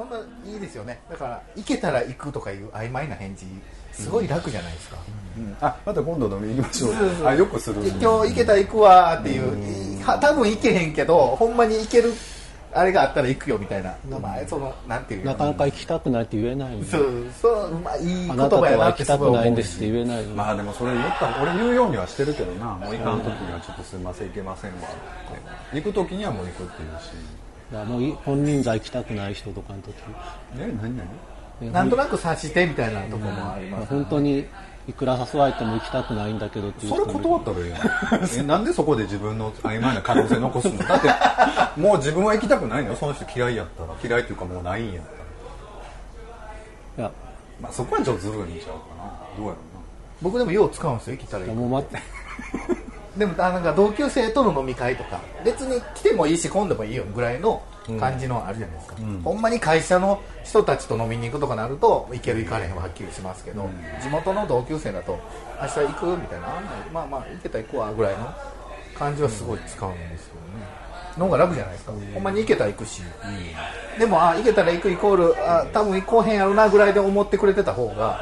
S1: ほんまいいですよねだから行けたら行くとかいう曖昧な返事すごい楽じゃないですか、
S2: うんあまた今度飲みに行きましょうあよくする
S1: 今日行けたら行くわーっていう、は多分行けへんけどほんまに行けるあれがあったら行くよみたいな、まあそのなんていうの
S4: なかなか行きたくないって言えないよね
S1: そうそうまあいい
S4: あ
S1: 言
S4: なたと
S1: 葉
S4: は
S1: やな
S4: 行
S1: って
S4: き
S1: す
S4: た
S1: ごい
S4: く
S1: 思う
S4: ないんですって言えないよね
S2: まあでもそれ言った俺言うようにはしてるけどなもう行かん時にはちょっとすいません行けませんわって行く時にはもう行くっていうし
S4: だからもうい本人が行きたくない人とかの時
S2: ね何々
S1: なんとなく察してみたいなとこもあります、
S4: 本当にいくら誘われても行きたくないんだけどっていう
S2: そ
S4: 人も
S2: れ
S4: いる
S2: 断ったらいい やんえなんでそこで自分の曖昧な可能性残すのだってもう自分は行きたくないのよその人嫌いやったら嫌いっていうかもうないんやったら、
S4: いや
S2: まあ、そこはちょっとずるいんちゃうかなどうやろ
S1: 僕でもよう使うんですよ行けたら行く
S4: もう待って
S1: でもあなんか同級生との飲み会とか別に来てもいいし今度もいいよぐらいの感じのあるじゃないですか、ほんまに会社の人たちと飲みに行くとかなると行ける行かれへんははっきりしますけど、地元の同級生だと明日行くみたいなまあまあ行けたら行くわぐらいの感じはすごい使うんですよね、の方が楽じゃないですか、ほんまに行けたら行くし、でもあ行けたら行くイコールあ多分行こうへんやろなぐらいで思ってくれてた方が、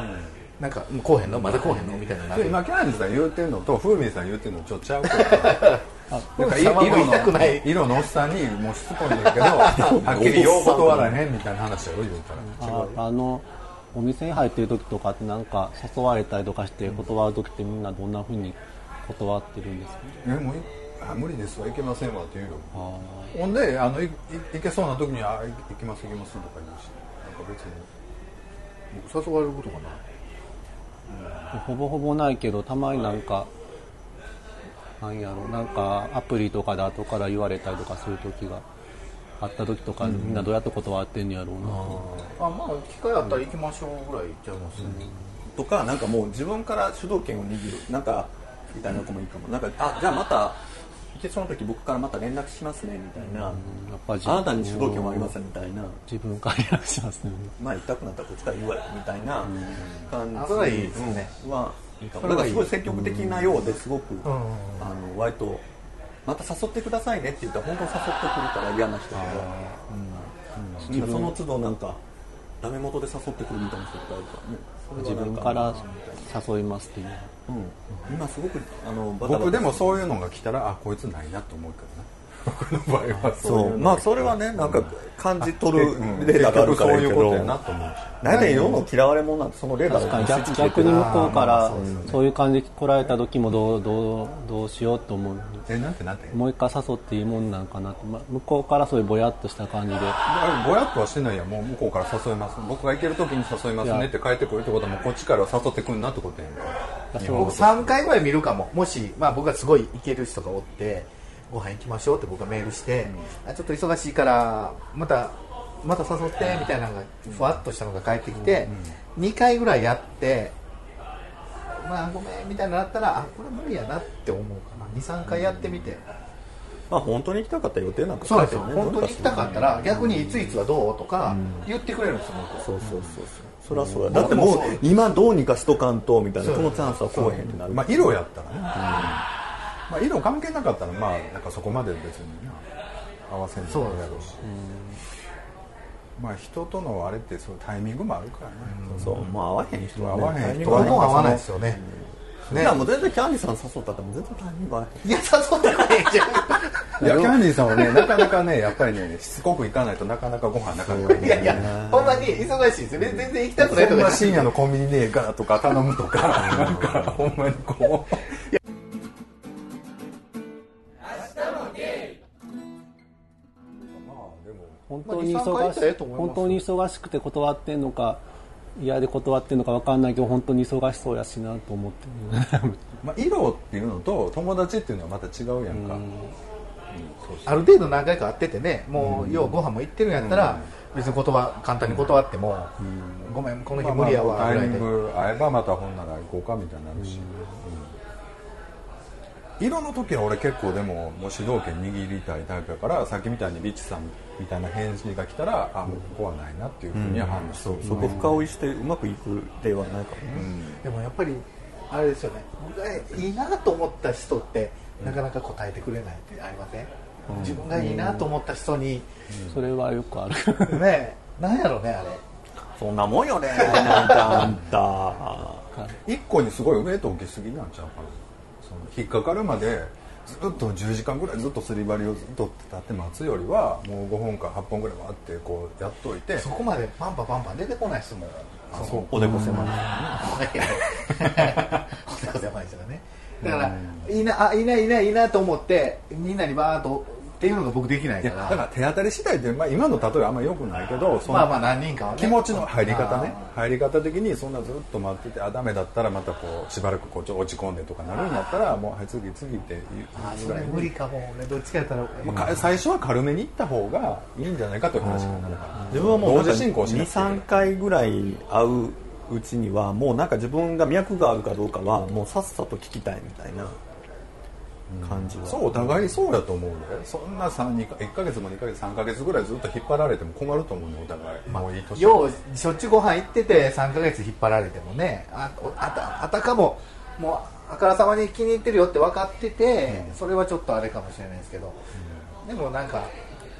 S1: なんかもう来おへんのまだ来おへんのみたいにな
S2: な
S1: る
S2: で今キャンディーさん言うてるのと風味さん言うてるのちょっとちゃ うからなんかい
S1: 様も
S2: 色
S1: 言いたく
S2: の
S1: ない
S2: 色のおっさんにもうしつこいんだ けどはっきりよう断らへんみたいな話を言うたら
S4: ああのお店に入ってる時とかってなんか誘われたりとかして断る時ってみんなどんなふうに断ってるんですか、
S2: えもういあ無理ですわ行けませんわって言うよほんであのいい行けそうな時に「あい行きます行きます」とか言うしなんか別に
S1: 誘われることかな
S4: ほぼほぼないけどたまになんかなんやろなんかアプリとかで後から言われたりとかする時があった時とか、みんなどうやって断ってんのやろうなと、
S1: あまあ機会あったら行きましょうぐらい行っちゃいますね、
S3: とかなんかもう自分から主導権を握るなんかみたいな子もいいかもなんかあじゃあまたでその時僕からまた連絡しますねみたいな、
S4: やっぱ自
S3: あなたに主導権はありませんみたいな
S4: 自分から連絡しますね
S3: まあ痛くなったらこっちから言わよみたいな感じ
S1: あそれはいいですね
S3: うんはいいかも
S1: それ
S3: だか
S1: は
S3: ら
S1: いい
S3: すごい積極的なようですごく、あの割とまた誘ってくださいねって言ったら本当に誘ってくるから嫌な人とか、うんなんかその都度なんかダメ元で誘ってくるみたいな人とかいるからねそれは
S4: 自
S3: なん
S4: 分から誘いますっていう
S3: うん、今すごくあのバタバタ
S2: 僕でもそういうのが来たらあこいつないなと思うけどな 僕の場合はそう
S3: そうまあそれはねなんか感じ取る
S2: うん
S3: レーダーがある
S2: 結
S3: か
S2: 局そ
S3: ら
S2: うい
S3: いいうけ
S2: こ
S3: ど
S2: とやなと思うし
S3: 大体世の嫌われ者なんてそのレーダーが
S4: 逆逆に向こうからそういう感じで来られた時もどうどうどうしようと思う
S2: えなんてなんて
S4: もう一回誘っていいもんなんかなって、ま、向こうからそういうぼやっとした感じで
S2: あぼやっとはしてないやんもう向こうから誘います僕が行ける時に誘いますねって帰ってくるってことはもうこっちから誘ってくるなってことやんか
S1: 僕3回ぐらい見るかももし、まあ、僕がすごい行ける人がおってご飯行きましょうって僕がメールして、あちょっと忙しいからまたまた誘ってみたいなのがふわっとしたのが返ってきて、2回ぐらいやってまあごめんみたいになったらあこれ無理やなって思うかな23回やってみて、
S3: まあ本当に行きたかったら予定なんか
S1: そうなんです
S3: 書い
S1: よ
S3: てね
S1: 本当に行きたかったら逆にいついつはどうとか言ってくれるんですよ、向こう
S3: そうそうそうそうそりゃそうやだってもう今どうにかしとかんとみたいなこのチャンスはこうへんってなる
S2: まあ色やったらね、まあ色関係なかったらまあなんかそこまで別にな合わせんでもいいやろうしまあ人とのあれってそういうタイミングもあるからね、
S3: そうまあ合わへん人はね
S2: 合わへん人
S1: ど
S2: は
S1: んどん合わない
S3: い
S1: ですよね、ね
S3: やもう全然キャンディさん誘ったってもう全然タイミング合わへん
S1: いや誘ってくれへんじゃん
S2: いやキャンディーさんはねなかなかねやっぱりねしつこく行かないとなかなかご飯なかなか
S1: いやいや、ほんまに忙しいですよね。全然行きたくない
S2: そ
S1: と
S2: ん
S1: か
S2: な。深夜のコンビニねえからとか頼むとかなんかほんまにこう
S4: 本当に
S1: まあ23回
S4: 忙
S1: 行っ
S4: した
S1: らええ
S4: い
S1: と思います
S4: 本当に忙しくて断ってんのか嫌で断ってんのか分かんないけど本当に忙しそうやしなと思って る
S2: まあ、色っていうのと友達っていうのはまた違うやんか、
S1: ある程度何回か会っててね、もう、ようご飯も行ってるんやったら、別に言葉、簡単に断っても、ごめん、この日
S2: まあ
S1: 無理や
S2: ま
S1: わ、
S2: あ
S1: ぐ
S2: タ
S1: ら
S2: イ
S1: い
S2: ミ
S1: で
S2: ン。グ合えばまた本なら行こうかみたいになるし、うん色の時は俺結構でももう主導権握りたいタイプやからさっきみたいにリッチさんみたいな返事が来たらあもうここはないなっていうふうには判断する、
S3: そこ深追いしてうまくいく例はないからね
S1: でもやっぱり、あれですよね、僕がいいなと思った人って、なかなか答えてくれないってありません自分がいいなと思った人に、
S4: それはよくある
S1: ね、なんやろね、あれ。
S3: そんなもんよねなんかあんた
S2: 一個にすごいウエイト置きすぎなんちゃうかなその引っかかるまでずっと10時間ぐらいずっとすり針をずっと立って待つよりはもう5本か8本ぐらいわーってこうやっといて
S1: そこまでパンパパンパン出てこないですもん。
S2: あそう
S3: おでこ狭い
S1: おでこ狭いですからねだから、いいなあいいないいないいいなと思ってみんなにバーッとっていうのが僕できない
S2: い
S1: か
S2: や
S1: ら
S2: だから手当たり次第で、まあ、今の例えはあんまり良くないけどその
S1: まあまあ何人かはね
S2: 気持ちの入り方ね
S1: あ
S2: 入り方的にそんなずっと待っててあダメだったらまたこうしばらくこうちょっと落ち込んでとかなるんやったらもうはい次次って言
S1: ーあー
S2: うぐ
S1: そ
S2: ら
S1: れ
S2: い
S1: 無
S2: に
S1: 理かも俺どっちかやったら、
S2: まあか最初は軽めに行った方がいいんじゃないかという話になるから
S3: 自分はもう
S2: 同時進行しなくていい
S3: 23回ぐらい会ううちにはもうなんか自分が脈があるかどうかはもうさっさと聞きたいみたいな感じは、
S2: そうお互いそうだと思うねそんな三二か1か月も2か月3か月ぐらいずっと引っ張られても困ると思うねお互い、もういい年
S1: ようしょっちゅうご飯行ってて3か月引っ張られてもねあおあたあたかももうあからさまに気に入ってるよって分かってて、それはちょっとあれかもしれないですけど、でもなんか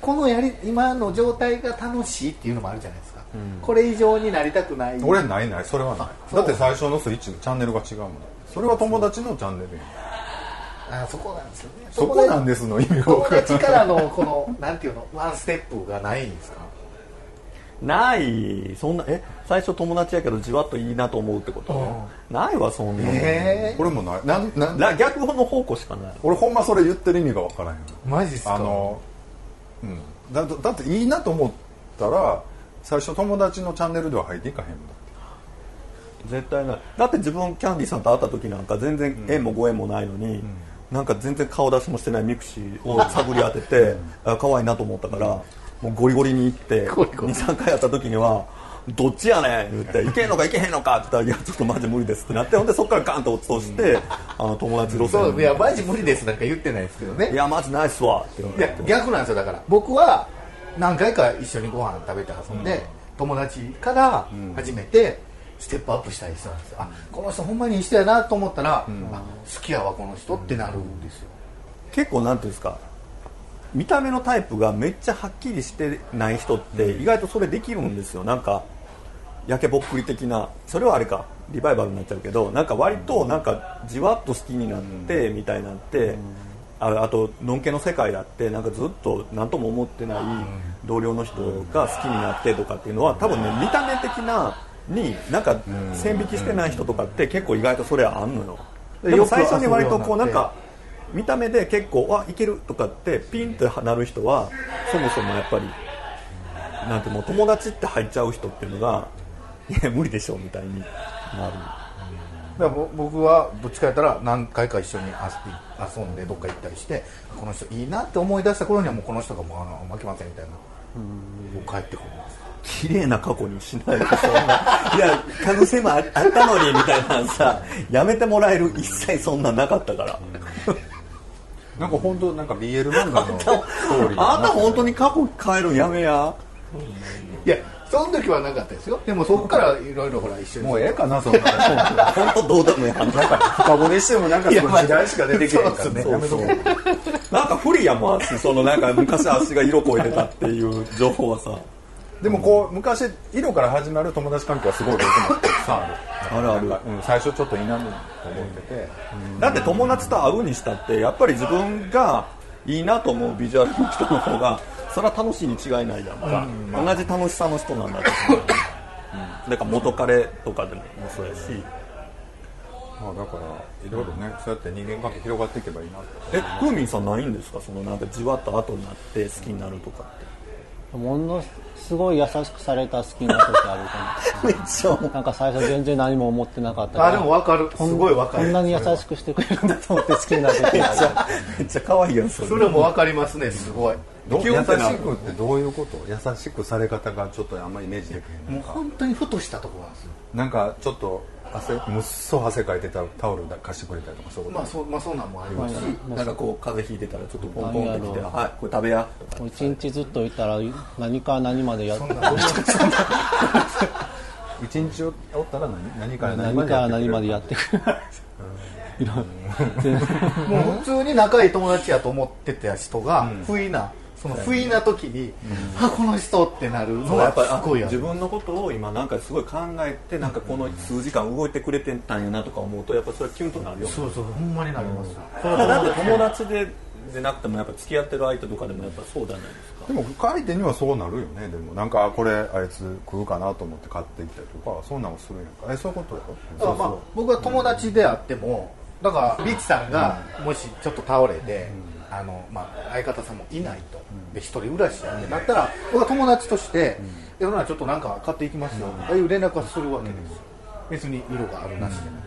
S1: このやり今の状態が楽しいっていうのもあるじゃないですか、これ以上になりたくない
S2: 俺ないないそれはないだって最初のスイッチのチャンネルが違うもんそれは友達のチャンネルやん
S1: あそこなんですよね
S2: そこなんですの意味を
S1: 友達からのこのなんていうのワンステップがないんですか
S3: ないそんなえ最初友達やけどじわっといいなと思うってこと、ないわそんなの、
S1: ええ
S2: 俺もないなんなん
S3: な逆の方向しかない
S2: 俺ほんまそれ言ってる意味がわからへん
S1: マジっすか
S2: あの、うん、だだっていいなと思ったら最初友達のチャンネルでは入っていかへんもんだって
S3: 絶対ないだって自分キャンディーさんと会った時なんか全然縁もご縁もないのに、なんか全然顔出しもしてないミクシーを探り当てて、あ可愛いなと思ったから、もうゴリゴリに行って
S1: ゴリゴリ
S3: 23回やった時にはどっちやねん言って、いけんのかいけへんのかって言ったら、いや、ちょっとマジ無理ですってなって、ほんでそこからガンと落として、あの友達路
S1: そ
S3: 線
S1: ういやマジ無理ですなんか言ってないですけどね
S3: いや、マジないっすわって言わ
S1: い
S3: れ
S1: や
S3: て。
S1: 逆なんですよだから僕は何回か一緒にご飯食べて遊んで、友達から初めてステップアップしたりしたんですよ、あこの人ほんまにいい人やなと思ったら、あ好きやわこの人ってなるんですよ、
S3: 結構なんていうんですか見た目のタイプがめっちゃはっきりしてない人って意外とそれできるんですよなんかやけぼっくり的なそれはあれかリバイバルになっちゃうけどなんか割となんかじわっと好きになってみたいなんてああとのんけの世界だってなんかずっと何とも思ってない同僚の人が好きになってとかっていうのは多分ね見た目的なになんか線引きしてない人とかって結構意外とそれはあんのよでも最初に割とこうなんか見た目で結構あいけるとかってピンとなる人はそもそもやっぱりなんてもう友達って入っちゃう人っていうのがいや無理でしょみたいにな
S1: だからぼ僕はどっちかやったら何回か一緒に遊び遊んでどっか行ったりしてこの人いいなって思い出した頃にはもうこの人がもうあの負けませんみたいなもう帰ってくるんです
S3: る綺麗な過去にし ないでそんないや可能性もああったのにみたいなさやめてもらえる一切そんなんなかったから
S2: なんか本当なんか BL 漫画のストーリー
S3: あなた本当に過去変えるんやめや
S1: いやその時はなかったですよでもそこからいろいろほら一緒に
S2: もうええかなそんなの
S3: 本当どうでもいい話
S2: なんか深掘りしてもなんかすごい時代しか出てきてないからね
S3: そうそうなんか不利やもん足そのなんか昔足が色超えてたっていう情報はさ
S2: でもこう昔色から始まる友達関係はすごい僕もたくさんある
S3: あるある
S2: なんかうん最初ちょっと否めると思ってて
S3: だって友達と会うにしたってやっぱり自分がいいなと思うビジュアルの人の方がそれは楽しいに違いないやんか、同じ楽しさの人なんだと思う、だから元彼とかでもそうやし
S2: まあだからいろいろねそうやって人間関係広がっていけばいいなって
S3: えクーミンさんないんですかそのなんかじわっと後になって好きになるとかっ
S4: ものすごい優しくされた好きな時あるか
S3: てめっちゃ思
S4: もなんか最初全然何も思ってなかった
S1: あでも分かるす
S4: こん
S1: ごい分かる
S4: こんなに優しくしてくれるんだと思って好きになる時
S3: めっ
S4: ある
S3: ちゃめっちゃ可愛いやんそれ
S1: それも分かりますねすごい
S2: どう
S3: キュンってなる
S2: 優しくってどういうこと優しくされ方がちょっとあんまイメージできへん
S1: もう本当にふとしたところなんですよ
S2: なんかちょっと汗むっそ汗かいてたタオル貸してくれたりとかそういうこ
S1: まあ
S2: と
S1: そうまあそうなんもありますし、
S3: なんかこう風邪ひいてたらちょっとポンポンってきて「はいこれ食べや」とか
S4: もう一日ずっといたら何から何までやっ
S1: そんな
S2: 一日おったら何何から何ま
S4: 何
S2: で
S4: から
S2: ってくれ
S4: 何
S2: る
S4: までやってくれるいろいろ全然
S1: もう普通に仲いい友達やと思ってた人が、不意なその不意な時に、あこの人ってなるの
S3: や
S1: が
S3: っぱり
S1: す
S3: あ
S1: ごいや
S3: 自
S1: る
S3: 分のことを今なんかすごい考えてなんかこの数時間動いてくれてたんやなとか思うとやっぱそれはキュンとなるよ
S1: そうそうほんまになります、それは
S3: だって友達ででなくてもやっぱ付き合ってる相手とかでもやっぱそうじゃないですか
S2: でも深い手にはそうなるよねでもなんかあこれあいつ食うかなと思って買ってきたりとかそんなんをするんやんかえそういうことやろ
S1: だからまあ僕は友達であってもだからリッチさんがもしちょっと倒れて、あのまあ、相方さんもいないと、で一人暮らしやってなったら僕は友達として「いやほなちょっとなんか買っていきますよ」ああいう連絡はするわけですよ、別に色があるなしでもな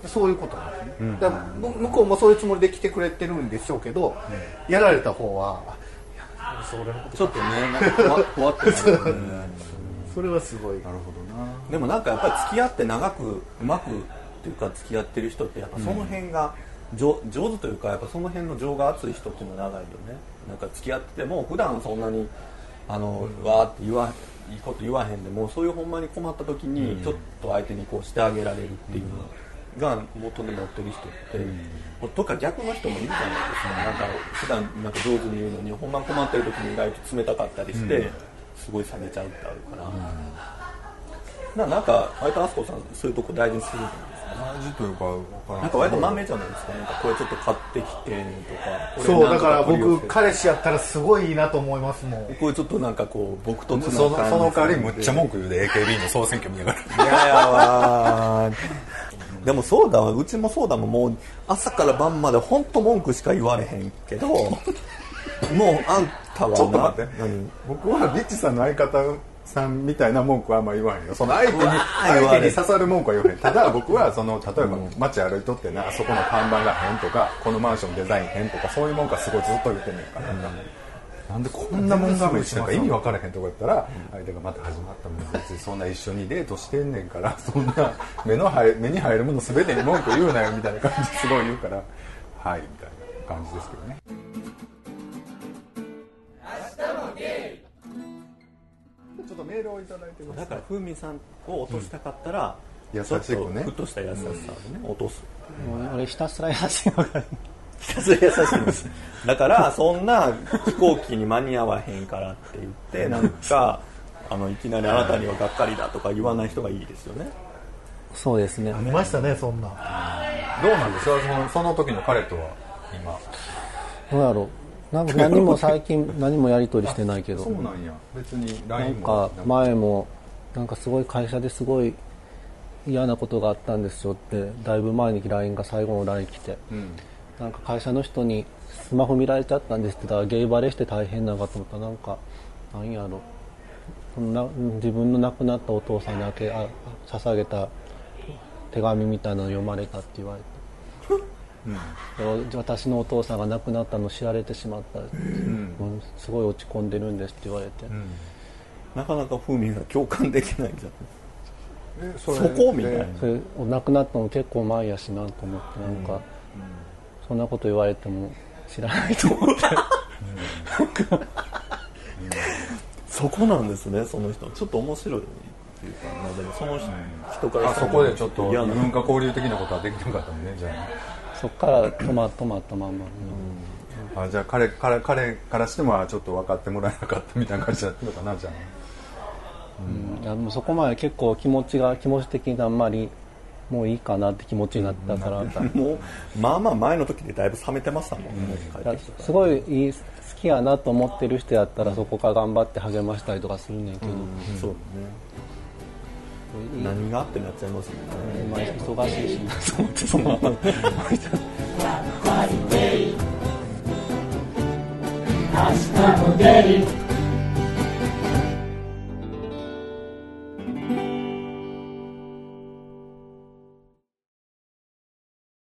S1: くて、そういうことなんですね、だからむ向こうもそういうつもりで来てくれてるんでしょうけど、やられた方はあいやそれのこと
S3: ちょっとねなん かふわふわってなるよね
S1: それはすごい
S2: なるほどな
S3: でもなんかやっぱり付き合って長くうまくっていうか付き合ってる人ってやっぱその辺が上上手というかやっぱその辺の情が熱い人っていうのは長いよねなんか付き合ってても普段そんなにあの、わーって言わいいこと言わへんでもそういうほんまに困った時にちょっと相手にこうしてあげられるっていうのが元になってる人って、とか逆の人もいるじゃないですかなんか普段なんか上手に言うのにほんま困ってる時に意外と冷たかったりして、すごい冷めちゃうってあるから。ななんか割とあそこさんそういうとこ大事にするじゃないですか
S2: 同じというかわから
S3: なんか割と豆じゃないですかなんかこれちょっと買ってきてとか
S1: そうだから
S3: これなん
S1: 僕
S3: とか
S1: 彼氏やったらすごいいいなと思いますもん
S3: これちょっとなんかこう僕とつな
S2: その
S3: がる
S2: その代わりむっちゃ文句言うで AKB の総選挙見ながら
S3: いやいやわーでもそうだわうちもそうだもんもう朝から晩まで本当文句しか言われへんけどもうあんたはな
S2: ちょっと待って
S3: 何
S2: 僕はリッチさんの相方さんみたいな文句はあんま言わへんよその相手に
S3: うわー言
S2: 相
S3: われ
S2: 手
S3: る
S2: に刺さる文句は言わへんた だ僕はその例えば街歩いとってなあそこの看板が変とかこのマンションデザイン変とかそういう文句はすごいずっと言ってんねんから、なんでこんなもんがめしたんか意味わからへんとか言ったら相手がまた始まったもん別にそんな一緒にデートしてんねんからそんな目の入目に入るもの全てに文句言うなよみたいな感じですごい言うからはいみたいな感じですけどねちょっとメールをいただいてます
S3: だから風味さんを落としたかったら、
S2: 優し
S3: ちょっと
S2: くね
S3: ふっとした優しさをね、落とす
S4: もう俺ひたすら優しいのが
S3: ひたすら優しいんですだからそんな飛行機に間に合わへんからって言ってなんかあのいきなりあなたにはがっかりだとか言わない人がいいですよね
S4: そうですね
S1: ありましたねそんな
S2: どうなんですかそのその時の彼とは今
S4: どうやろうなんか何も最近何もやり取りしてないけど
S2: そうなんや別に
S4: なん
S2: LINE
S4: か
S2: も
S4: 前もなんかすごい会社ですごい嫌なことがあったんですよってだいぶ前に LINE が最後の LINE 来て、なんか会社の人にスマホ見られちゃったんですってだからゲイバレして大変なのかと思ったらなんかなんやろそんな自分の亡くなったお父さんにあけあ捧げた手紙みたいなの読まれたって言われて。で私のお父さんが亡くなったのを知られてしまった、うんすごい落ち込んでるんですって言われて、
S3: なかなか風味さん共感できないんじゃない
S2: えそ
S3: そ
S2: れ
S3: こみたいな
S2: で
S4: それ亡くなったの結構前やしなと思ってなんか、そんなこと言われても知らないと思って
S3: そこなんですねその人ちょっと面白いっていうかまあでもその人人から
S2: あ
S3: し
S2: そ
S3: たら
S2: こでちょっと異
S3: 嫌な
S2: 文化交流的なことはできなかったのねじゃあ
S4: そっから止ま止まったまんま、
S2: あじゃあ彼彼彼からしてもあちょっと分かってもらえなかったみたいな感じだったのかなじゃあ
S4: いやでもそこまで結構気持ちが気持ち的にあんまりもういいかなって気持ちになったから、い
S3: もうまあまあ前の時でだいぶ冷めてましたもんね、帰っ
S4: や
S3: てきた
S4: すごいいい好きやなと思ってる人やったらそこから頑張って励ましたりとかするねんけど、
S3: そうね何がってなっちゃいますも んね
S4: まあ忙しいしな
S3: そう思ってそのまま
S6: Hasta Modelli.